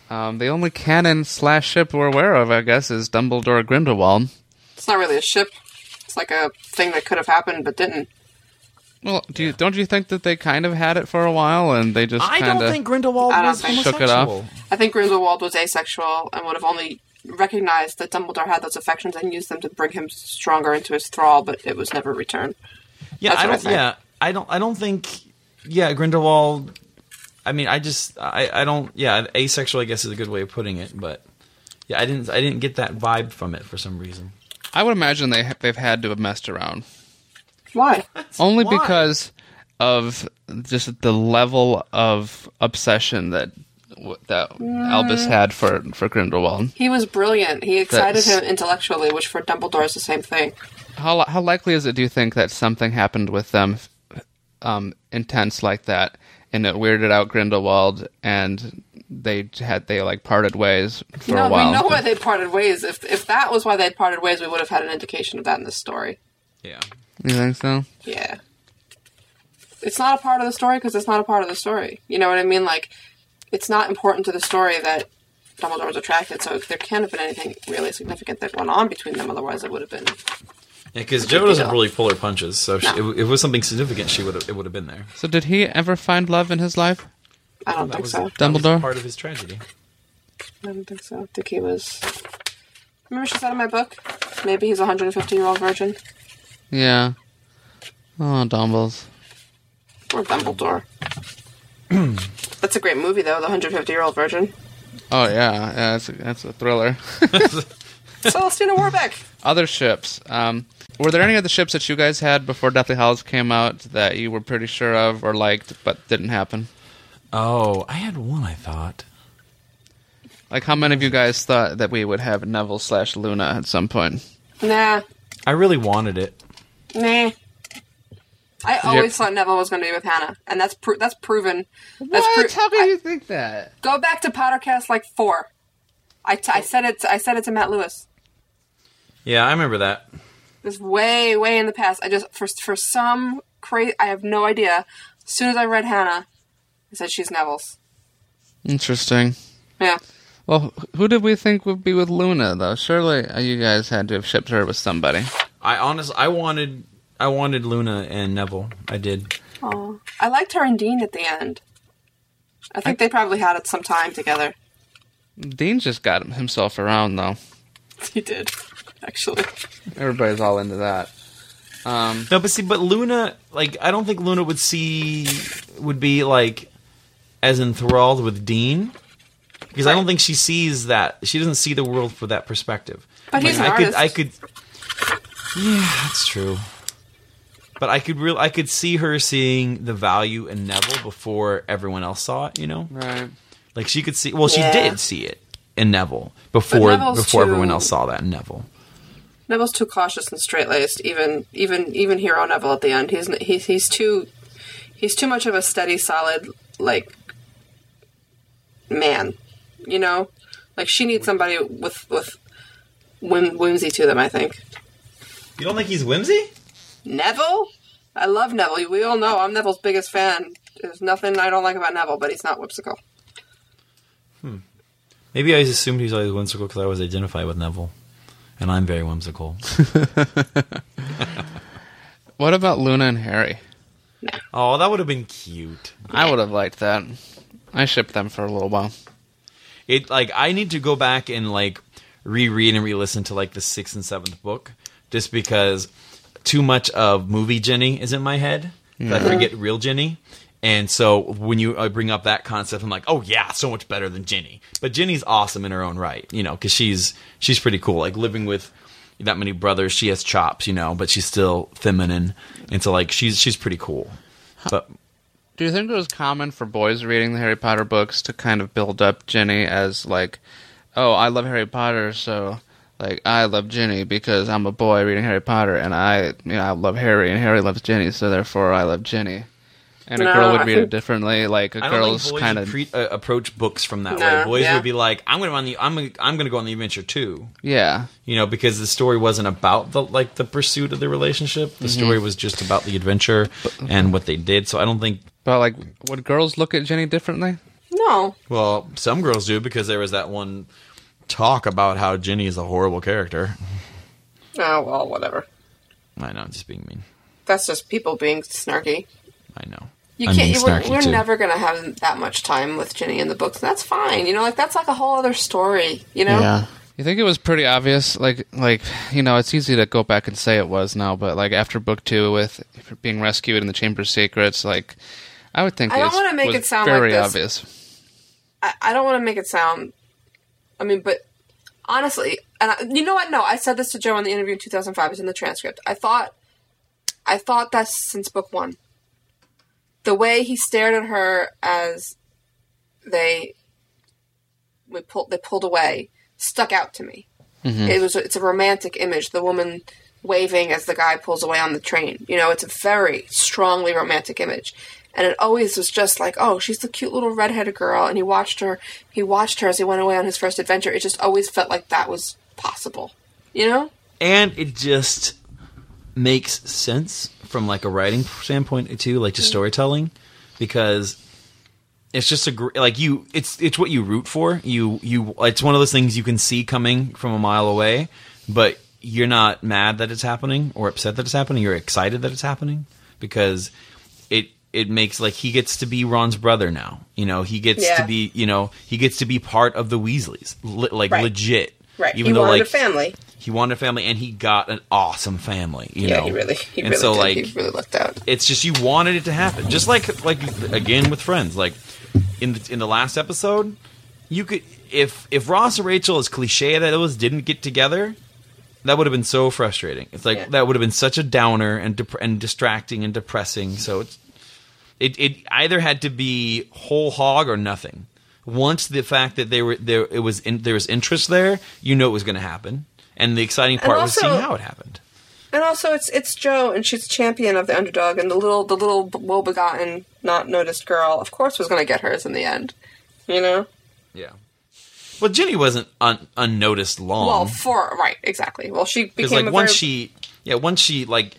[SPEAKER 8] Um, the only canon slash ship we're aware of, I guess, is Dumbledore Grindelwald.
[SPEAKER 6] It's not really a ship. It's like a thing that could have happened but didn't.
[SPEAKER 8] Well, do you, don't you think that they kind of had it for a while and they just
[SPEAKER 1] I
[SPEAKER 8] kind
[SPEAKER 1] don't
[SPEAKER 8] of
[SPEAKER 1] think Grindelwald
[SPEAKER 6] I don't
[SPEAKER 1] was
[SPEAKER 6] think-
[SPEAKER 8] Shook it off.
[SPEAKER 1] homosexual.
[SPEAKER 6] I think Grindelwald was asexual and would have only recognized that Dumbledore had those affections and used them to bring him stronger into his thrall, but it was never returned.
[SPEAKER 1] Yeah,
[SPEAKER 6] That's what I
[SPEAKER 1] I don't.
[SPEAKER 6] think.
[SPEAKER 1] yeah, I don't. I don't think. Yeah, Grindelwald. I mean, I just. I. I don't. Yeah, asexual. I guess is a good way of putting it, but. Yeah, I didn't. I didn't get that vibe from it for some reason.
[SPEAKER 8] I would imagine they they've had to have messed around.
[SPEAKER 6] Why?
[SPEAKER 8] only
[SPEAKER 1] Why?
[SPEAKER 8] because of just the level of obsession that w- that Albus had for for Grindelwald.
[SPEAKER 6] He was brilliant. He excited
[SPEAKER 8] That's-
[SPEAKER 6] him intellectually, which for Dumbledore is the same thing.
[SPEAKER 8] How li- how likely is it? Do you think that something happened with them, um, intense like that, and it weirded out Grindelwald, and they had they like parted ways for
[SPEAKER 6] no,
[SPEAKER 8] a while?
[SPEAKER 6] we know why they parted ways. If if that was why they parted ways, we would have had an indication of that in this story.
[SPEAKER 1] Yeah.
[SPEAKER 8] you think so?
[SPEAKER 6] Yeah. It's not a part of the story because it's not a part of the story. You know what I mean? Like, it's not important to the story that Dumbledore was attracted, so there can't have been anything really significant that went on between them, otherwise it would have been.
[SPEAKER 1] Because Jo doesn't
[SPEAKER 6] deal.
[SPEAKER 1] really pull her punches, so she,
[SPEAKER 6] No.
[SPEAKER 1] it, w- it was something significant. She would have it would have been there.
[SPEAKER 8] So did he ever find love in his life,
[SPEAKER 6] I don't think
[SPEAKER 1] was-
[SPEAKER 6] so.
[SPEAKER 8] Dumbledore?
[SPEAKER 1] Part of his tragedy.
[SPEAKER 6] I don't think so. I think he was. Remember she said in my book? Maybe he's a 150 year old virgin.
[SPEAKER 8] yeah. Oh, Dumbles.
[SPEAKER 6] Or Dumbledore. That's a great movie, though, The 150 Year Old Virgin.
[SPEAKER 8] Oh yeah, yeah that's a, that's a thriller.
[SPEAKER 6] Celestina Warbeck!
[SPEAKER 8] other ships. Um, were there any other ships that you guys had before Deathly Hallows came out that you were pretty sure of or liked but didn't happen?
[SPEAKER 1] Oh, I had one. I thought.
[SPEAKER 8] Like, how many of you guys thought that we would have Neville slash Luna at some point?
[SPEAKER 6] Nah.
[SPEAKER 1] I really wanted it.
[SPEAKER 6] Nah. I always thought Neville was going to be with Hannah, and that's pro- that's proven. That's pro- I-
[SPEAKER 8] you think that?
[SPEAKER 6] go back to Pottercast like four. I, t- I said it. I said it to Matt Lewis.
[SPEAKER 1] Yeah, I remember that.
[SPEAKER 6] This way, way in the past. I just for for some crazy. I have no idea. As soon as I read Hannah, I said she's Neville's.
[SPEAKER 8] Interesting.
[SPEAKER 6] Yeah.
[SPEAKER 8] Well, wh- who did we think would be with Luna though? Surely uh, you guys had to have shipped her with somebody.
[SPEAKER 1] I honestly, I wanted, I wanted Luna and Neville. I did.
[SPEAKER 6] Aw. I liked her and Dean at the end. I think they probably had it some time together.
[SPEAKER 8] Dean just got him- himself around though.
[SPEAKER 6] He did, actually.
[SPEAKER 8] Everybody's all into that. Um,
[SPEAKER 1] No, but see, but Luna, like, I don't think Luna would see would be like as enthralled with Dean because I don't think she sees that. She doesn't see the world for that perspective.
[SPEAKER 6] But he's an
[SPEAKER 1] I
[SPEAKER 6] artist.
[SPEAKER 1] could, I could. Yeah, that's true. But I could real, I could see her seeing the value in Neville before everyone else saw it. You know,
[SPEAKER 8] right.
[SPEAKER 1] like she could see. Well, she
[SPEAKER 6] Yeah.
[SPEAKER 1] did see it in Neville before
[SPEAKER 6] Neville's
[SPEAKER 1] before everyone
[SPEAKER 6] too-
[SPEAKER 1] else saw that in Neville.
[SPEAKER 6] Neville's too cautious and straight laced. Even even even hero Neville at the end. He's he's he's too he's too much of a steady, solid like man. You know, like she needs somebody with with whim, whimsy to them. I think
[SPEAKER 1] You don't think he's whimsy?
[SPEAKER 6] Neville. I love Neville. We all know I'm Neville's biggest fan. There's nothing I don't like about Neville, but he's not whimsical.
[SPEAKER 1] Maybe I just assumed he's always whimsical because I always identify with Neville, and I'm very whimsical.
[SPEAKER 8] What about Luna and Harry?
[SPEAKER 1] oh, that would have been cute.
[SPEAKER 8] I would have liked that. I shipped them for a little while.
[SPEAKER 1] It like I need to go back and like reread and re-listen to like the sixth and seventh book just because too much of movie Jenny is in my head. 'cause I forget real Jenny. And so when you I bring up that concept, I'm like, oh yeah, so much better than Jenny. But Jenny's awesome in her own right, you know, because she's she's pretty cool. Like living with that many brothers, she has chops, you know, but she's still feminine, and so like she's she's pretty cool. But
[SPEAKER 8] Do you think it was common for boys reading the Harry Potter books to kind of build up Ginny as like, oh, I love Harry Potter, so like I love Ginny because I'm a boy reading Harry Potter, and I you know I love Harry, and Harry loves Ginny, so therefore I love Ginny. And a
[SPEAKER 6] No,
[SPEAKER 8] girl
[SPEAKER 6] I
[SPEAKER 8] would read
[SPEAKER 6] think-
[SPEAKER 8] it differently, like a
[SPEAKER 1] I don't
[SPEAKER 8] girl's
[SPEAKER 1] think boys
[SPEAKER 8] kind of
[SPEAKER 1] pre- uh, approach books from that
[SPEAKER 6] No,
[SPEAKER 1] way. Boys
[SPEAKER 6] yeah.
[SPEAKER 1] would be like, "I'm going to on the I'm gonna, I'm going to go on the adventure too,"
[SPEAKER 8] yeah.
[SPEAKER 1] you know, because the story wasn't about the like the pursuit of the relationship. The story was just about the adventure and what they did. So I don't think.
[SPEAKER 8] But like, would girls look at Ginny differently?
[SPEAKER 6] No,
[SPEAKER 1] Well, some girls do because there was that one talk about how Ginny is a horrible character.
[SPEAKER 6] oh well, whatever.
[SPEAKER 1] I know, I'm just being mean.
[SPEAKER 6] That's just people being snarky.
[SPEAKER 1] I know.
[SPEAKER 6] You
[SPEAKER 1] I'm
[SPEAKER 6] can't.
[SPEAKER 1] being
[SPEAKER 6] you- we're
[SPEAKER 1] snarky,
[SPEAKER 6] we're
[SPEAKER 1] too.
[SPEAKER 6] never going to have that much time with Ginny in the books. And that's fine. You know, like that's like a whole other story. You know.
[SPEAKER 8] You think it was pretty obvious, like like you know, it's easy to go back and say it was now, but like after book two with being rescued in the Chamber of Secrets, like I would think
[SPEAKER 6] I don't
[SPEAKER 8] it's-
[SPEAKER 6] wanna make
[SPEAKER 8] was
[SPEAKER 6] it sound like
[SPEAKER 8] very
[SPEAKER 6] this.
[SPEAKER 8] obvious.
[SPEAKER 6] I, I don't want to make it sound. I mean, but honestly, and I, you know what? No, I said this to Joe in the interview in 2005. It's in the transcript. I thought, I thought that since book one. The way he stared at her as they we pulled they pulled away stuck out to me.
[SPEAKER 1] Mm.
[SPEAKER 6] It was it's a romantic image. The woman waving as the guy pulls away on the train. You know, it's a very strongly romantic image. And it always was just like, oh, she's the cute little redheaded girl, and he watched her. He watched her as he went away on his first adventure. It just always felt like that was possible, you know.
[SPEAKER 1] and it just makes sense from like a writing standpoint too, like
[SPEAKER 9] Mm.
[SPEAKER 1] just storytelling, because it's just a gr- like you it's it's what you root for. You you it's one of those things you can see coming from a mile away, but you're not mad that it's happening or upset that it's happening. You're excited that it's happening because it it makes like he gets to be Ron's brother now. You know, he gets
[SPEAKER 9] Yeah.
[SPEAKER 1] to be, you know, he gets to be part of the Weasleys. Li- like
[SPEAKER 9] Right.
[SPEAKER 1] legit.
[SPEAKER 9] Right.
[SPEAKER 1] Even
[SPEAKER 9] he
[SPEAKER 1] though
[SPEAKER 9] wanted
[SPEAKER 1] like
[SPEAKER 9] a family.
[SPEAKER 1] he wanted a family and he got an awesome family you
[SPEAKER 9] Yeah,
[SPEAKER 1] know
[SPEAKER 9] he really, he
[SPEAKER 1] and
[SPEAKER 9] really
[SPEAKER 1] so
[SPEAKER 9] did.
[SPEAKER 1] like
[SPEAKER 6] He really looked out.
[SPEAKER 1] it's just you wanted it to happen just like like again with friends like in the, in the last episode you could if if ross and rachel as cliche that it was didn't get together that would have been so frustrating it's like
[SPEAKER 9] Yeah.
[SPEAKER 1] that would have been such a downer and dep- and distracting and depressing so it's it, it either had to be whole hog or nothing. Once the fact that they were there, it was in, there was interest there. You know it was going to happen, and the exciting part was
[SPEAKER 9] also-
[SPEAKER 1] seeing how it happened.
[SPEAKER 6] And also, it's it's Joe, and she's a champion of the underdog, and the little the little woe-begotten, not noticed girl, of course, was going to get hers in the end. You know,
[SPEAKER 1] Yeah. Well, Jenny wasn't un- unnoticed long.
[SPEAKER 6] well, for right, exactly. Well, she
[SPEAKER 1] because
[SPEAKER 6] became
[SPEAKER 1] like
[SPEAKER 6] a
[SPEAKER 1] once
[SPEAKER 6] very-
[SPEAKER 1] she, yeah, once she like,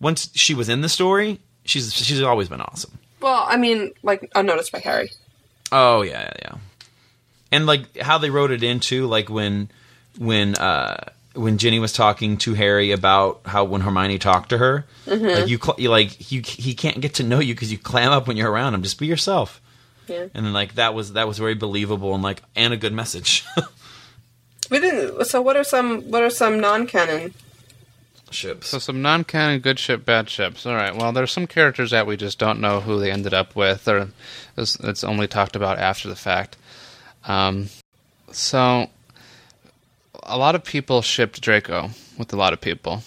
[SPEAKER 1] once she was in the story, she's she's always been awesome.
[SPEAKER 6] Well, I mean, like unnoticed by Harry.
[SPEAKER 1] Oh yeah, yeah, yeah. And like how they wrote it into like when when uh when Ginny was talking to Harry about how when Hermione talked to her,
[SPEAKER 6] Mm-hmm.
[SPEAKER 1] like you, cl- you like you he can't get to know you because you clam up when you're around him. Just be yourself.
[SPEAKER 6] Yeah.
[SPEAKER 1] And then like that was that was very believable and like and a good message.
[SPEAKER 6] We didn't. So, what are some what are some non-canon?
[SPEAKER 1] Ships.
[SPEAKER 8] So some non-canon good ship, bad ships. All right. Well, there's some characters that we just don't know who they ended up with, or it's, it's only talked about after the fact. Um, so a lot of people shipped Draco with a lot of people.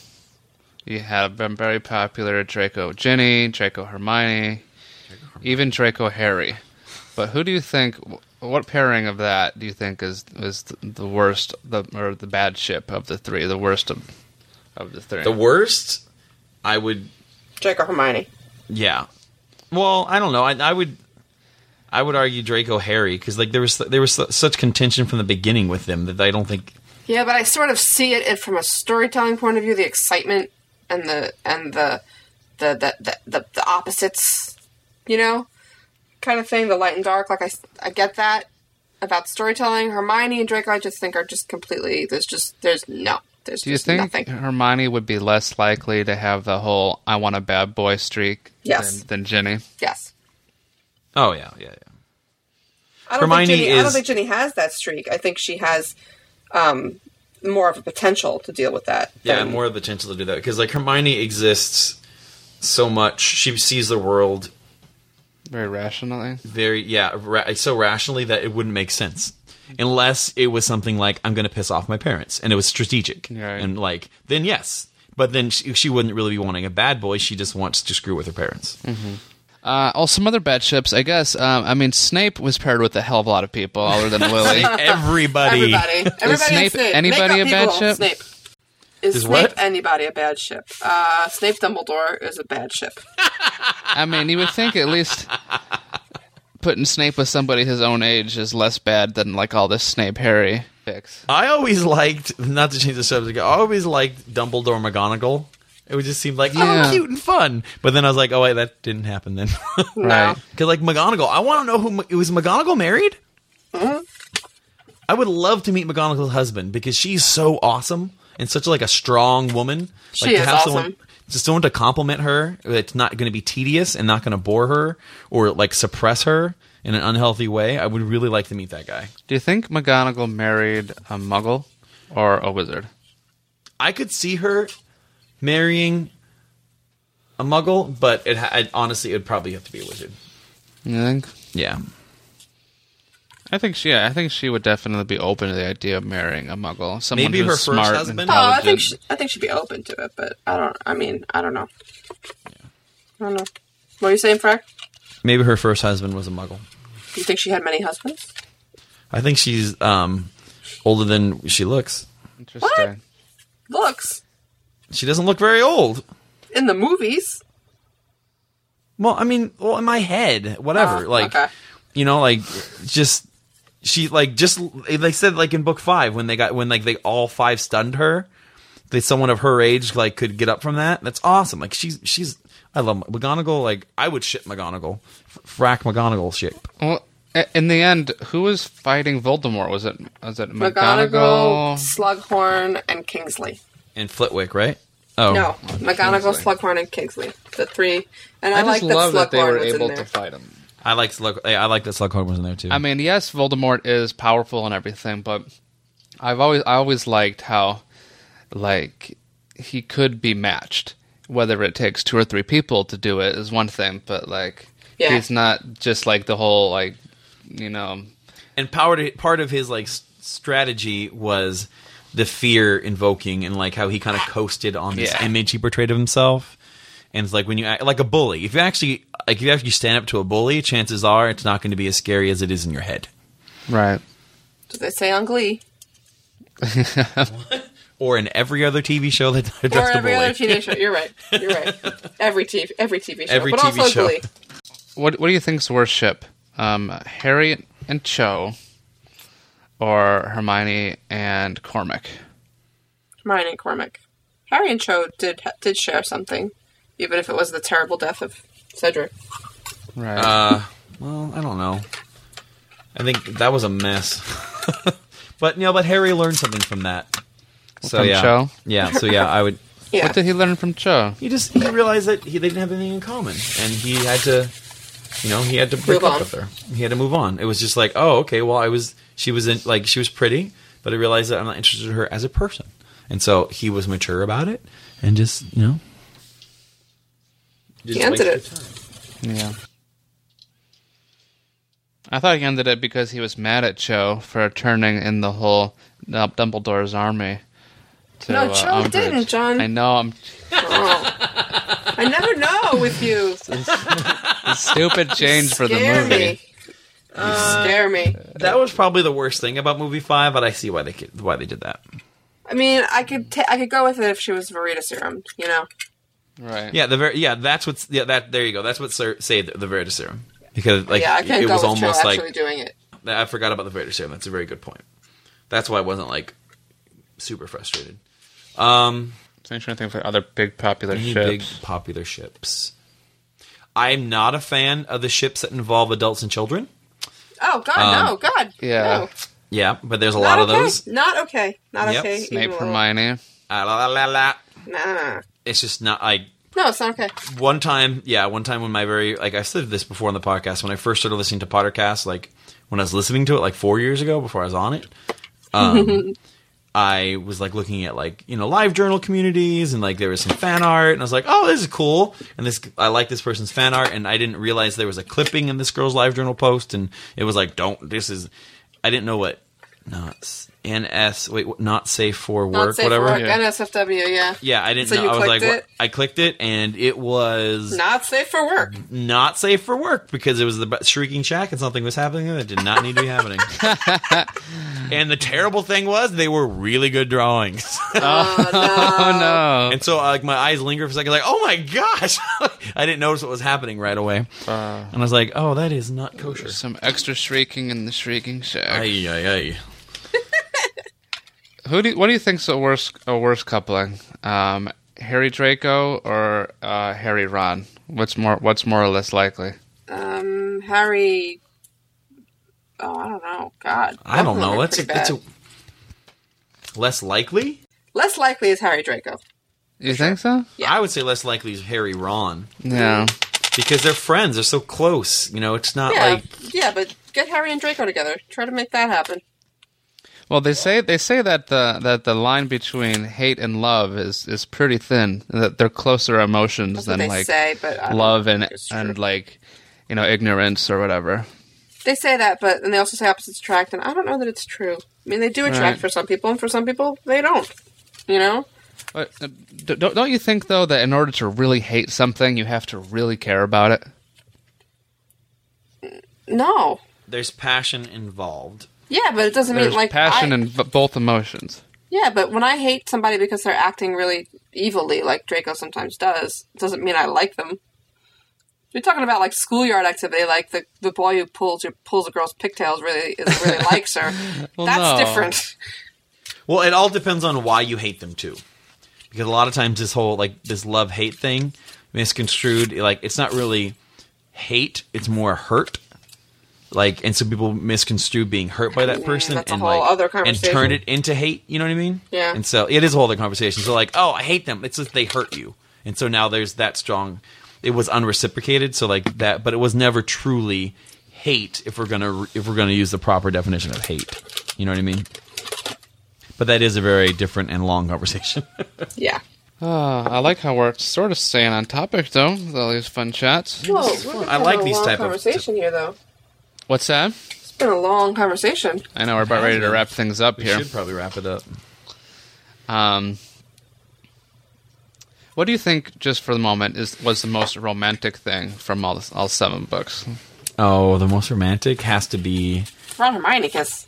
[SPEAKER 8] You have been very popular Draco Ginny, Draco Hermione, even Draco Harry. But who do you think? What pairing of that do you think is is the- the worst, the or the bad ship of the three? The worst of of the three.
[SPEAKER 1] The worst, I would
[SPEAKER 6] Draco Hermione.
[SPEAKER 1] Yeah. Well, I don't know. I, I would, I would argue Draco Harry because like there was there was su- such contention from the beginning with them that I don't think.
[SPEAKER 6] Yeah, but I sort of see it, it from a storytelling point of view, the excitement and the and the the the the, the, the opposites, you know, kind of thing. The light and dark. Like I, s- I get that about storytelling. Hermione and Draco, I just think are just completely. There's just there's no. There's
[SPEAKER 8] Do you
[SPEAKER 6] just
[SPEAKER 8] think
[SPEAKER 6] nothing.
[SPEAKER 8] Hermione would be less likely to have the whole "I want a bad boy" streak
[SPEAKER 6] Yes.
[SPEAKER 8] than, than Ginny?
[SPEAKER 6] Yes.
[SPEAKER 1] Oh yeah, yeah, yeah.
[SPEAKER 6] I don't
[SPEAKER 1] Hermione
[SPEAKER 6] think Ginny, I don't
[SPEAKER 1] is-
[SPEAKER 6] think Ginny has that streak. I think she has um, more of a potential to deal with that.
[SPEAKER 1] Yeah,
[SPEAKER 6] than-
[SPEAKER 1] more of the potential to do that because like Hermione exists so much. She sees the world
[SPEAKER 8] Very rationally.
[SPEAKER 1] very yeah ra- so rationally that it wouldn't make sense unless it was something like I'm going to piss off my parents and it was strategic
[SPEAKER 8] Right.
[SPEAKER 1] and like then yes. But then she, she wouldn't really be wanting a bad boy. She just wants to screw with her parents.
[SPEAKER 8] Uh, oh, some other bad ships, I guess. Um, I mean, Snape was paired with a hell of a lot of people other than Lily.
[SPEAKER 1] Everybody,
[SPEAKER 6] Everybody. Everybody
[SPEAKER 8] Snape
[SPEAKER 6] and Snape. Make
[SPEAKER 8] anybody a
[SPEAKER 6] up
[SPEAKER 8] bad
[SPEAKER 6] people.
[SPEAKER 8] ship?
[SPEAKER 6] Snape. Is,
[SPEAKER 1] Is
[SPEAKER 6] Snape
[SPEAKER 1] what?
[SPEAKER 6] anybody a bad ship? Uh, Snape Dumbledore is a bad ship.
[SPEAKER 8] I mean, you would think at least putting Snape with somebody his own age is less bad than like all this Snape Harry fix.
[SPEAKER 1] I always liked not to change the subject. I always liked Dumbledore McGonagall. It would just seem like
[SPEAKER 8] Yeah.
[SPEAKER 1] oh, cute and fun. But then I was like, oh wait, that didn't happen then.
[SPEAKER 8] Right.
[SPEAKER 1] Because like McGonagall, I want to know who it was. McGonagall married?
[SPEAKER 6] Mm-hmm.
[SPEAKER 1] I would love to meet McGonagall's husband because she's so awesome and such like a strong woman.
[SPEAKER 6] She
[SPEAKER 1] like
[SPEAKER 6] is
[SPEAKER 1] someone
[SPEAKER 6] awesome.
[SPEAKER 1] just someone to compliment her that's not going to be tedious and not going to bore her or like suppress her in an unhealthy way. I would really like to meet that guy.
[SPEAKER 8] Do you think McGonagall married a Muggle or a wizard?
[SPEAKER 1] I could see her marrying a muggle, but it ha- I, honestly it would probably have to be a wizard.
[SPEAKER 8] You think?
[SPEAKER 1] Yeah.
[SPEAKER 8] I think she. Yeah, I think she would definitely be open to the idea of marrying a Muggle. Someone
[SPEAKER 1] Maybe
[SPEAKER 8] who's
[SPEAKER 1] her first
[SPEAKER 8] smart and
[SPEAKER 1] husband?
[SPEAKER 6] Oh, I
[SPEAKER 8] intelligent.
[SPEAKER 6] think she, I think she'd be open to it, but I don't. I mean, I don't know. I don't know. What are you saying, Frack?
[SPEAKER 1] Maybe her first husband was a muggle.
[SPEAKER 6] You think she had many husbands?
[SPEAKER 1] I think she's um, older than she looks.
[SPEAKER 8] Interesting.
[SPEAKER 6] Looks
[SPEAKER 1] She doesn't look very old.
[SPEAKER 6] in the movies.
[SPEAKER 1] Well, I mean, well, in my head, whatever.
[SPEAKER 6] Oh,
[SPEAKER 1] like,
[SPEAKER 6] okay.
[SPEAKER 1] you know, like just she like just they said like in book five when they got when like they all five stunned her that someone of her age like could get up from that. That's awesome. Like she's she's I love McGonagall. Like I would ship McGonagall, F- frack McGonagall ship.
[SPEAKER 8] Well, i- in the end, who was fighting Voldemort? Was it was it
[SPEAKER 6] McGonagall,
[SPEAKER 8] McGonagall?
[SPEAKER 6] Slughorn, and Kingsley.
[SPEAKER 1] and Flitwick, right? Oh
[SPEAKER 6] No, McGonagall, Slughorn, and Kingsley. The three. And I,
[SPEAKER 8] I
[SPEAKER 6] like
[SPEAKER 8] just
[SPEAKER 6] that
[SPEAKER 8] love
[SPEAKER 6] Slughorn
[SPEAKER 8] that they were
[SPEAKER 6] was
[SPEAKER 8] able
[SPEAKER 6] in
[SPEAKER 8] to
[SPEAKER 6] there.
[SPEAKER 8] fight him.
[SPEAKER 1] I like Slug. I like that Slughorn was in there too.
[SPEAKER 8] I mean, yes, Voldemort is powerful and everything, but I've always I always liked how like he could be matched. Whether it takes two or three people to do it is one thing, but like
[SPEAKER 6] Yeah.
[SPEAKER 8] he's not just like the whole like you know
[SPEAKER 1] and power to, part of his like s- strategy was the fear invoking and like how he kind of coasted on this
[SPEAKER 8] Yeah.
[SPEAKER 1] image he portrayed of himself. And it's like when you act like a bully, if you actually like if you actually stand up to a bully, chances are it's not going to be as scary as it is in your head.
[SPEAKER 8] right.
[SPEAKER 6] Did they say on Glee?
[SPEAKER 1] Or in every other TV show that
[SPEAKER 6] or
[SPEAKER 1] addressed a
[SPEAKER 6] every
[SPEAKER 1] bully.
[SPEAKER 6] other TV show. You're right. You're right. Every TV, every TV show,
[SPEAKER 1] Every
[SPEAKER 6] but
[SPEAKER 1] TV
[SPEAKER 6] also
[SPEAKER 1] show.
[SPEAKER 6] Glee.
[SPEAKER 8] What what do you think's worse ship? Um, Harry and Cho, or Hermione and Cormac?
[SPEAKER 6] Hermione and Cormac. Harry and Cho did did share something, even if it was the terrible death of Cedric.
[SPEAKER 8] Right.
[SPEAKER 1] Well, I don't know. I think that was a mess. but you know, but Harry learned something from that. So
[SPEAKER 8] From
[SPEAKER 1] yeah,
[SPEAKER 8] Cho?
[SPEAKER 1] yeah. So yeah, I would.
[SPEAKER 6] Yeah.
[SPEAKER 8] what did he learn from Cho?
[SPEAKER 1] He just he realized that he, they didn't have anything in common, and he had to, you know, he had to
[SPEAKER 6] Move
[SPEAKER 1] break up
[SPEAKER 6] on.
[SPEAKER 1] with her. He had to move on. It was just like, oh, okay. Well, I was she was in like she was pretty, but I realized that I'm not interested in her as a person, and so he was mature about it, and just you know, just
[SPEAKER 6] He ended
[SPEAKER 1] wasted
[SPEAKER 6] it.
[SPEAKER 1] time.
[SPEAKER 8] Yeah. I thought he ended it because he was mad at Cho for turning in the whole uh, Dumbledore's army. To,
[SPEAKER 6] No,
[SPEAKER 8] uh,
[SPEAKER 6] Cho
[SPEAKER 8] Umbridge.
[SPEAKER 6] didn't, John.
[SPEAKER 8] I know. I'm
[SPEAKER 6] Oh. I never know with you.
[SPEAKER 8] stupid change for the
[SPEAKER 6] Scare
[SPEAKER 8] movie.
[SPEAKER 6] me. You scare me.
[SPEAKER 1] That was probably the worst thing about movie five, but I see why they ki- why they did that.
[SPEAKER 6] I mean, I could ta- I could go with it if she was Verita serum, you know.
[SPEAKER 8] Right.
[SPEAKER 1] Yeah, the ver- yeah, that's what's yeah that there you go. That's what sir- saved the Veritaserum because like
[SPEAKER 6] yeah, I couldn't
[SPEAKER 1] it
[SPEAKER 6] go
[SPEAKER 1] was
[SPEAKER 6] with
[SPEAKER 1] almost
[SPEAKER 6] Cho
[SPEAKER 1] like
[SPEAKER 6] actually doing it.
[SPEAKER 1] I forgot about the Veritaserum. That's a very good point. That's why I wasn't like super frustrated. Um,
[SPEAKER 8] I'm trying to think of other big popular
[SPEAKER 1] any
[SPEAKER 8] ships.
[SPEAKER 1] big popular ships? I'm not a fan of the ships that involve adults and children.
[SPEAKER 6] Oh God, no, God,
[SPEAKER 8] yeah.
[SPEAKER 6] no.
[SPEAKER 1] Yeah, but there's Um, a
[SPEAKER 6] Not
[SPEAKER 1] lot of
[SPEAKER 6] okay.
[SPEAKER 1] those.
[SPEAKER 6] Not okay. Not
[SPEAKER 1] Yep.
[SPEAKER 6] okay. even
[SPEAKER 8] Snape
[SPEAKER 6] a little.
[SPEAKER 8] Hermione.
[SPEAKER 1] Ah, la, la, la, la.
[SPEAKER 6] Nah.
[SPEAKER 1] It's just not like
[SPEAKER 6] No, it's not okay.
[SPEAKER 1] one time, yeah, one time when my very like I said this before on the podcast when I first started listening to Pottercast, like when I was listening to it like four years ago before I was on it, um, I was like looking at like you know live journal communities and like there was some fan art and I was like, oh, this is cool and this I like this person's fan art and I didn't realize there was a clipping in this girl's live journal post and it was like don't this is I didn't know what not s- ns wait what, not safe for
[SPEAKER 6] Not
[SPEAKER 1] work
[SPEAKER 6] safe
[SPEAKER 1] whatever
[SPEAKER 6] for work.
[SPEAKER 8] Yeah.
[SPEAKER 6] NSFW. Yeah.
[SPEAKER 1] yeah I didn't
[SPEAKER 6] So
[SPEAKER 1] know
[SPEAKER 6] you
[SPEAKER 1] I was like
[SPEAKER 6] clicked
[SPEAKER 1] what-
[SPEAKER 6] it?
[SPEAKER 1] I clicked it and it was
[SPEAKER 6] Not safe for work.
[SPEAKER 1] not safe for work because it was the bu- shrieking shack and something was happening there that did not need to be happening. and the terrible thing was they were really good drawings,
[SPEAKER 8] Oh no.
[SPEAKER 1] and so uh, like my eyes linger for a second, like oh my gosh, I didn't notice what was happening right away,
[SPEAKER 6] Uh.
[SPEAKER 1] and I was like, oh that is not kosher.
[SPEAKER 8] Some extra shrieking in the shrieking shack.
[SPEAKER 1] Ay, ay, ay.
[SPEAKER 8] Who do you, what do you think's a worse a worse coupling? Um, Harry Draco or uh, Harry Ron? What's more What's more or less likely?
[SPEAKER 6] Um, Harry. Oh, I don't know. God,
[SPEAKER 1] I don't
[SPEAKER 6] both of them
[SPEAKER 1] know.
[SPEAKER 6] are
[SPEAKER 1] That's a,
[SPEAKER 6] pretty
[SPEAKER 1] that's a
[SPEAKER 6] bad.
[SPEAKER 1] less likely.
[SPEAKER 6] less likely is Harry Draco.
[SPEAKER 8] You think so?
[SPEAKER 1] I would say less likely is Harry Ron
[SPEAKER 8] Yeah.
[SPEAKER 1] because they're friends. They're so close. You know, it's not
[SPEAKER 6] Yeah,
[SPEAKER 1] like
[SPEAKER 6] yeah, but get Harry and Draco together. Try to make that happen.
[SPEAKER 8] Well, they say they say that the that the line between hate and love is is pretty thin. That they're closer emotions
[SPEAKER 6] That's what
[SPEAKER 8] than
[SPEAKER 6] they
[SPEAKER 8] like
[SPEAKER 6] say, but uh, I don't
[SPEAKER 8] love and
[SPEAKER 6] think it's true.
[SPEAKER 8] and like you know ignorance or whatever.
[SPEAKER 6] They say that, but and they also say opposites attract, and I don't know that it's true. I mean, they do attract
[SPEAKER 8] Right.
[SPEAKER 6] for some people, and for some people they don't. You know?
[SPEAKER 8] But uh, d- don't don't you think though that in order to really hate something, you have to really care about it?
[SPEAKER 6] No.
[SPEAKER 1] there's passion involved.
[SPEAKER 6] Yeah, but it doesn't
[SPEAKER 8] There's
[SPEAKER 6] mean like
[SPEAKER 8] passion
[SPEAKER 6] I-
[SPEAKER 8] and v- both emotions.
[SPEAKER 6] Yeah, but when I hate somebody because they're acting really evilly, like Draco sometimes does, it doesn't mean I like them. You're talking about like schoolyard activity, like the, the boy who pulls your, pulls a girl's pigtails really is, really likes her. That's
[SPEAKER 8] no.
[SPEAKER 6] different.
[SPEAKER 1] Well, it all depends on why you hate them too, because a lot of times this whole like this love hate thing misconstrued. Like it's not really hate; it's more hurt. Like, and so people misconstrue being hurt by that
[SPEAKER 6] Mm,
[SPEAKER 1] person
[SPEAKER 6] that's a
[SPEAKER 1] and
[SPEAKER 6] whole
[SPEAKER 1] like
[SPEAKER 6] other
[SPEAKER 1] and
[SPEAKER 6] conversation.
[SPEAKER 1] turn it into hate. You know what I mean?
[SPEAKER 6] Yeah.
[SPEAKER 1] And so it is a whole other conversation. So like, oh, I hate them. It's just they hurt you, and so now there's that strong. It was unreciprocated, so like that, but it was never truly hate. If we're gonna if we're gonna use the proper definition of hate, you know what I mean? But that is a very different and long conversation.
[SPEAKER 6] Yeah.
[SPEAKER 8] Uh, I like how we're sort of staying on topic though with all these fun chats.
[SPEAKER 6] Whoa,
[SPEAKER 1] I like having a these long type
[SPEAKER 6] conversation
[SPEAKER 1] of- conversation
[SPEAKER 6] here though.
[SPEAKER 8] What's that?
[SPEAKER 6] It's been a long conversation.
[SPEAKER 8] I know we're about ready to wrap things up
[SPEAKER 1] we
[SPEAKER 8] here.
[SPEAKER 1] should probably wrap it up.
[SPEAKER 8] Um, what do you think, just for the moment, is was the most romantic thing from all all seven books?
[SPEAKER 1] Oh, the most romantic has to be
[SPEAKER 6] Ron Hermione kiss.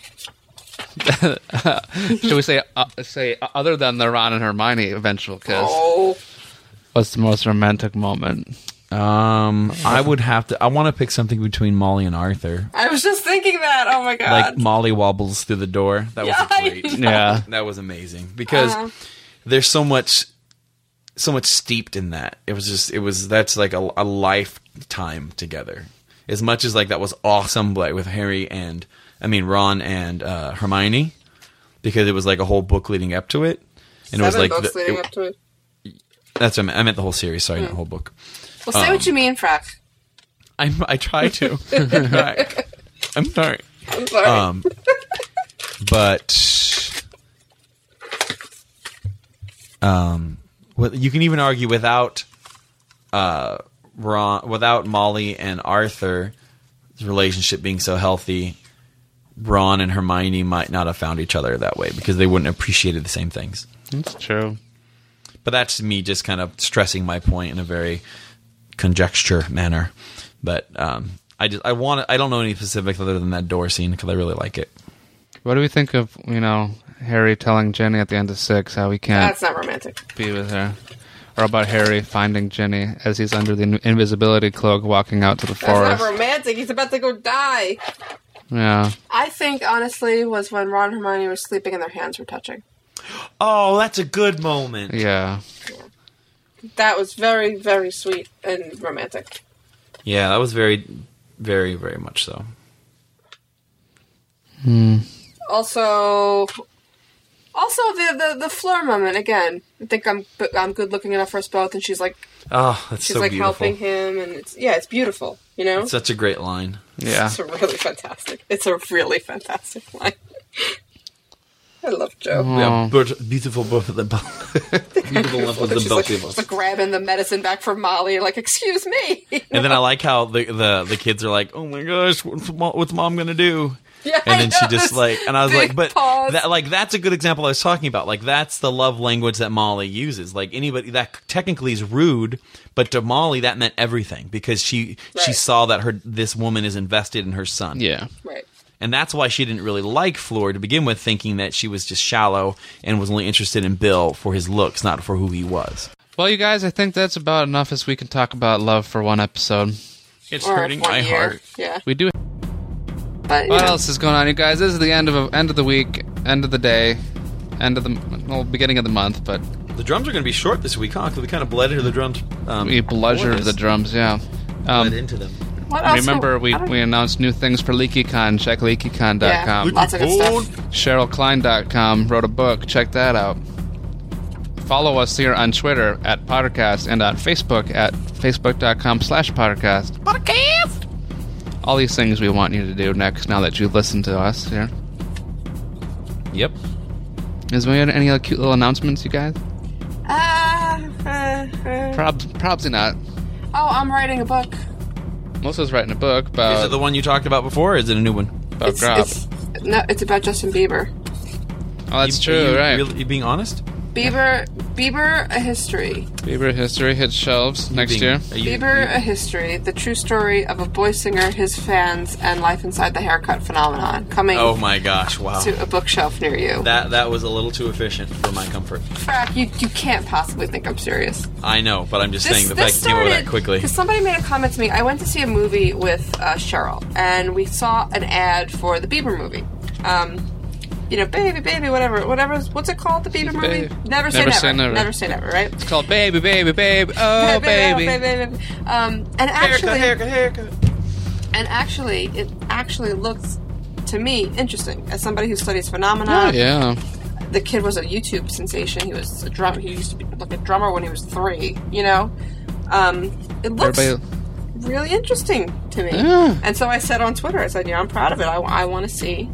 [SPEAKER 8] Should we say uh, say uh, other than the Ron and Hermione eventual kiss?
[SPEAKER 6] Oh,
[SPEAKER 8] What's the most romantic moment?
[SPEAKER 1] um I would have to I want to pick something between Molly and Arthur.
[SPEAKER 6] I was just thinking that. Oh my
[SPEAKER 1] Like
[SPEAKER 6] god.
[SPEAKER 1] Molly wobbles through the door. That was
[SPEAKER 6] Yeah, I
[SPEAKER 1] great.
[SPEAKER 8] Yeah,
[SPEAKER 1] That was amazing because
[SPEAKER 6] Uh-huh.
[SPEAKER 1] there's so much so much steeped in that. It was just it was that's like a, a lifetime together. As much as like that was awesome like with Harry and I mean Ron and uh Hermione because it was like a whole book leading up to it. And it was
[SPEAKER 6] Seven
[SPEAKER 1] like
[SPEAKER 6] books
[SPEAKER 1] the-
[SPEAKER 6] leading
[SPEAKER 1] it-
[SPEAKER 6] up Hmm. to it.
[SPEAKER 1] That's what I meant. I meant the whole series. Sorry, not the whole book.
[SPEAKER 6] Well, say
[SPEAKER 1] Um,
[SPEAKER 6] what you mean, Frack.
[SPEAKER 1] I I try to. I'm sorry. I'm sorry.
[SPEAKER 6] I'm sorry.
[SPEAKER 1] Um, but um, what- you can even argue without uh Ron, without Molly and Arthur's relationship being so healthy. Ron and Hermione might not have found each other that way because they wouldn't have appreciated the same things.
[SPEAKER 8] that's true.
[SPEAKER 1] But that's me just kind of stressing my point in a very conjecture manner. But um, I just I want I don't know any specifics other than that door scene because I really like it.
[SPEAKER 8] What do we think of you know Harry telling Jenny at the end of six how he can't
[SPEAKER 6] That's
[SPEAKER 1] Um,
[SPEAKER 6] not romantic.
[SPEAKER 8] be with her, or about Harry finding Jenny as he's under the in- invisibility cloak walking out to the
[SPEAKER 6] That's not
[SPEAKER 8] forest?
[SPEAKER 6] romantic. He's about to go die.
[SPEAKER 8] Yeah,
[SPEAKER 6] I think honestly was when Ron and Hermione were sleeping and their hands were touching.
[SPEAKER 1] Oh, that's a good moment.
[SPEAKER 8] yeah.
[SPEAKER 6] That was very, very sweet and romantic.
[SPEAKER 1] Yeah, that was very, very, very much so.
[SPEAKER 6] Also, also the the, the floor moment again. I think I'm I'm good looking enough for us both, and she's like
[SPEAKER 1] Oh, that's
[SPEAKER 6] she's
[SPEAKER 1] so
[SPEAKER 6] like
[SPEAKER 1] beautiful.
[SPEAKER 6] helping him, and it's yeah, it's beautiful. You know,
[SPEAKER 1] Such a great line.
[SPEAKER 8] Yeah.
[SPEAKER 6] it's a really fantastic. It's a really fantastic line. I love Joe.
[SPEAKER 1] Yeah, but beautiful both of them. beautiful lump of
[SPEAKER 6] She's
[SPEAKER 1] the
[SPEAKER 6] like,
[SPEAKER 1] both of us.
[SPEAKER 6] grabbing the medicine back from Molly, like, excuse me.
[SPEAKER 1] And then I like how the, the the kids are like, "Oh my gosh, what's, mo- what's mom gonna do?"
[SPEAKER 6] Yeah, I
[SPEAKER 1] and then she
[SPEAKER 6] know,
[SPEAKER 1] just
[SPEAKER 6] this
[SPEAKER 1] like, and I was
[SPEAKER 6] big
[SPEAKER 1] like, "But
[SPEAKER 6] pause.
[SPEAKER 1] that like that's a good example I was talking about. Like that's the love language that Molly uses. Like anybody that technically is rude, but to Molly that meant everything because she she
[SPEAKER 6] Right.
[SPEAKER 1] saw that her this woman is invested in her son.
[SPEAKER 8] Yeah.
[SPEAKER 6] right.
[SPEAKER 1] And that's why she didn't really like Fleur to begin with, thinking that she was just shallow and was only interested in Bill for his looks, not for who he was.
[SPEAKER 8] Well, you guys, I think that's about enough as we can talk about love for one episode.
[SPEAKER 1] It's
[SPEAKER 6] Or one year. Yeah.
[SPEAKER 8] We do.
[SPEAKER 6] But,
[SPEAKER 8] What
[SPEAKER 6] yeah.
[SPEAKER 8] else is going on, you guys? This is the end of end of the week, end of the day, end of the well, beginning of the month. But
[SPEAKER 1] The drums are going to be short this week, huh? Because we kind of bled into the drums. Um,
[SPEAKER 8] we bludgeoned the drums. Yeah.
[SPEAKER 1] Bled
[SPEAKER 8] Um,
[SPEAKER 1] into them.
[SPEAKER 6] What else
[SPEAKER 8] remember,
[SPEAKER 6] can-
[SPEAKER 8] we,
[SPEAKER 6] I don't-
[SPEAKER 8] we announced new things for LeakyCon. Check
[SPEAKER 6] yeah,
[SPEAKER 8] LeakyCon.com.
[SPEAKER 6] lots of good stuff.
[SPEAKER 8] CherylKlein.com wrote a book. Check that out. Follow us here on Twitter at Pottercast and on Facebook at facebook.com slash Pottercast. Pottercast! All these things we want you to do next now that you've listened to us here.
[SPEAKER 1] Yep.
[SPEAKER 8] Is there any other cute little announcements, you guys?
[SPEAKER 6] Ah, uh, uh.
[SPEAKER 8] Prob- probably not.
[SPEAKER 6] oh, I'm writing a book.
[SPEAKER 8] Melissa's writing a book
[SPEAKER 1] is it
[SPEAKER 8] about,
[SPEAKER 1] the one you talked about before, or is it a new one?
[SPEAKER 8] about
[SPEAKER 6] it's,
[SPEAKER 8] Grop.
[SPEAKER 6] it's no, it's about Justin Bieber.
[SPEAKER 8] oh, that's
[SPEAKER 1] You-
[SPEAKER 8] true,
[SPEAKER 1] you
[SPEAKER 8] right.
[SPEAKER 1] really- you being honest?
[SPEAKER 6] Bieber, Bieber, a history.
[SPEAKER 8] Bieber history hits shelves next year.
[SPEAKER 7] Are you-
[SPEAKER 6] Bieber, a history. The true story of a boy singer, his fans, and life inside the haircut phenomenon. Coming
[SPEAKER 7] Oh my gosh! Wow.
[SPEAKER 6] to a bookshelf near you.
[SPEAKER 7] That that was a little too efficient for my comfort.
[SPEAKER 6] Frack, you, you can't possibly think I'm serious.
[SPEAKER 7] I know, but I'm just saying that that came over that quickly.
[SPEAKER 6] Because somebody made a comment to me. I went to see a movie with uh, Cheryl, and we saw an ad for the Bieber movie. Um, you know, baby, baby, whatever, whatever. What's it called? The Bieber movie?
[SPEAKER 8] Babe.
[SPEAKER 6] Never say
[SPEAKER 8] Never
[SPEAKER 6] never.
[SPEAKER 8] Say Never.
[SPEAKER 6] Never say never. Right?
[SPEAKER 8] It's called Baby, Baby, Baby. Oh, baby.
[SPEAKER 6] baby, baby, baby. Um, and actually, and actually, it actually looks to me interesting as somebody who studies phenomena.
[SPEAKER 8] Oh, yeah.
[SPEAKER 6] The kid was a YouTube sensation. He was a drum. He used to be like a drummer when he was three. You know, um, it looks
[SPEAKER 8] Everybody.
[SPEAKER 6] really interesting to me.
[SPEAKER 8] Yeah.
[SPEAKER 6] And so I said on Twitter, I said, you know, I'm proud of it. I, want to see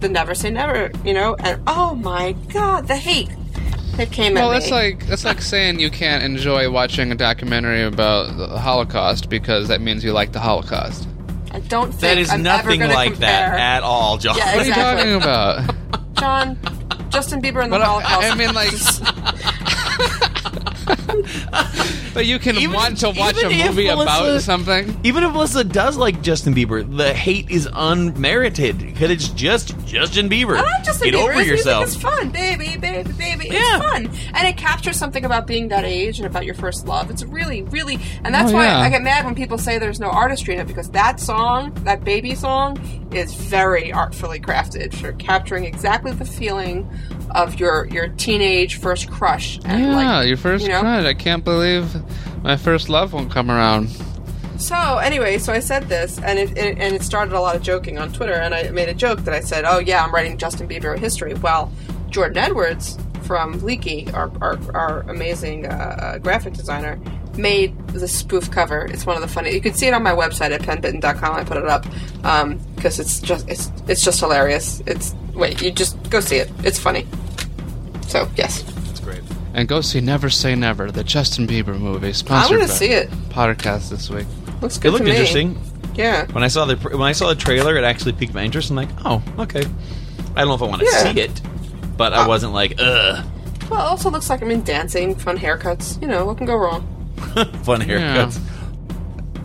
[SPEAKER 6] the Never Say Never, you know? And oh my God, the hate that came
[SPEAKER 8] Well,
[SPEAKER 6] at
[SPEAKER 8] that's
[SPEAKER 6] me.
[SPEAKER 8] like that's like saying you can't enjoy watching a documentary about the Holocaust because that means you like the Holocaust.
[SPEAKER 6] I don't think
[SPEAKER 7] that is
[SPEAKER 6] I'm ever
[SPEAKER 7] nothing
[SPEAKER 6] gonna
[SPEAKER 7] like
[SPEAKER 6] compare.
[SPEAKER 7] that at all, John.
[SPEAKER 6] Yeah,
[SPEAKER 8] What are you
[SPEAKER 6] Exactly.
[SPEAKER 8] talking about?
[SPEAKER 6] John, Justin Bieber and the
[SPEAKER 8] But
[SPEAKER 6] Holocaust.
[SPEAKER 8] I, I mean, like. but you can
[SPEAKER 7] Even-
[SPEAKER 8] want to watch a
[SPEAKER 7] even if
[SPEAKER 8] movie about
[SPEAKER 7] Melissa-
[SPEAKER 8] something.
[SPEAKER 7] Even if Melissa does like Justin Bieber, the hate is unmerited because it's just Justin Bieber.
[SPEAKER 6] I like Justin
[SPEAKER 7] Get
[SPEAKER 6] Bieber.
[SPEAKER 7] over
[SPEAKER 6] His music
[SPEAKER 7] yourself.
[SPEAKER 6] is fun, baby, baby, baby. It's
[SPEAKER 7] Yeah.
[SPEAKER 6] fun, and it captures something about being that age and about your first love. It's really, really, and that's
[SPEAKER 8] Oh,
[SPEAKER 6] why
[SPEAKER 8] yeah.
[SPEAKER 6] I get mad when people say there's no artistry in it because that song, that baby song, is very artfully crafted for capturing exactly the feeling of your your teenage first crush. And
[SPEAKER 8] Yeah,
[SPEAKER 6] like,
[SPEAKER 8] your first
[SPEAKER 6] you know?
[SPEAKER 8] crush. I can't believe my first love won't come around.
[SPEAKER 6] So anyway, so I said this, and it, it and it started a lot of joking on Twitter, and I made a joke that I said, "Oh yeah, I'm writing Justin Bieber a history." Well, Jordan Edwards from Leaky, our our, our amazing uh, uh, graphic designer, made the spoof cover. It's one of the funny. You can see it on my website at penbitten.com. I put it up because it's just it's it's just hilarious. It's wait, you just go see it. It's funny. So yes,
[SPEAKER 8] And go see Never Say Never, the Justin Bieber movie.
[SPEAKER 6] I'm
[SPEAKER 8] Sponsored
[SPEAKER 6] gonna
[SPEAKER 8] by
[SPEAKER 6] see it.
[SPEAKER 8] Pottercast this week.
[SPEAKER 6] Looks good.
[SPEAKER 7] it looked
[SPEAKER 6] to me.
[SPEAKER 7] interesting.
[SPEAKER 6] Yeah.
[SPEAKER 7] When I saw the when I saw the trailer, it actually piqued my interest. I'm like, oh, okay. I don't know if I want to
[SPEAKER 6] Yeah. Uh,
[SPEAKER 7] see it, but I wasn't like, ugh,
[SPEAKER 6] Well, it also looks like I'm in dancing, fun haircuts. You know, what can go wrong?
[SPEAKER 7] fun haircuts.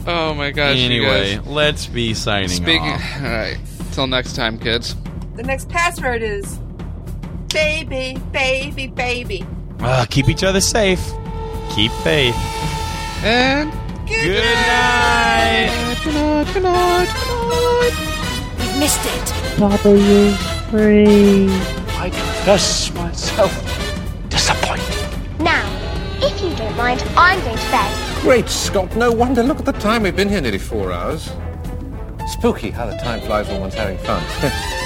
[SPEAKER 8] Oh my gosh,
[SPEAKER 7] Anyway,
[SPEAKER 8] you guys.
[SPEAKER 7] let's be signing
[SPEAKER 8] Speaking.
[SPEAKER 7] off.
[SPEAKER 8] All right. Till next time, kids.
[SPEAKER 6] The next password is baby, baby, baby.
[SPEAKER 7] Ah, keep each other safe. Keep faith.
[SPEAKER 8] And.
[SPEAKER 7] Good night.
[SPEAKER 8] Good night, good night, good night.
[SPEAKER 4] We've missed it.
[SPEAKER 2] Now, if you don't mind, I'm going to bed.
[SPEAKER 9] Great Scott, no wonder. Look at the time. We've been here nearly four hours. Spooky how the time flies when one's having fun.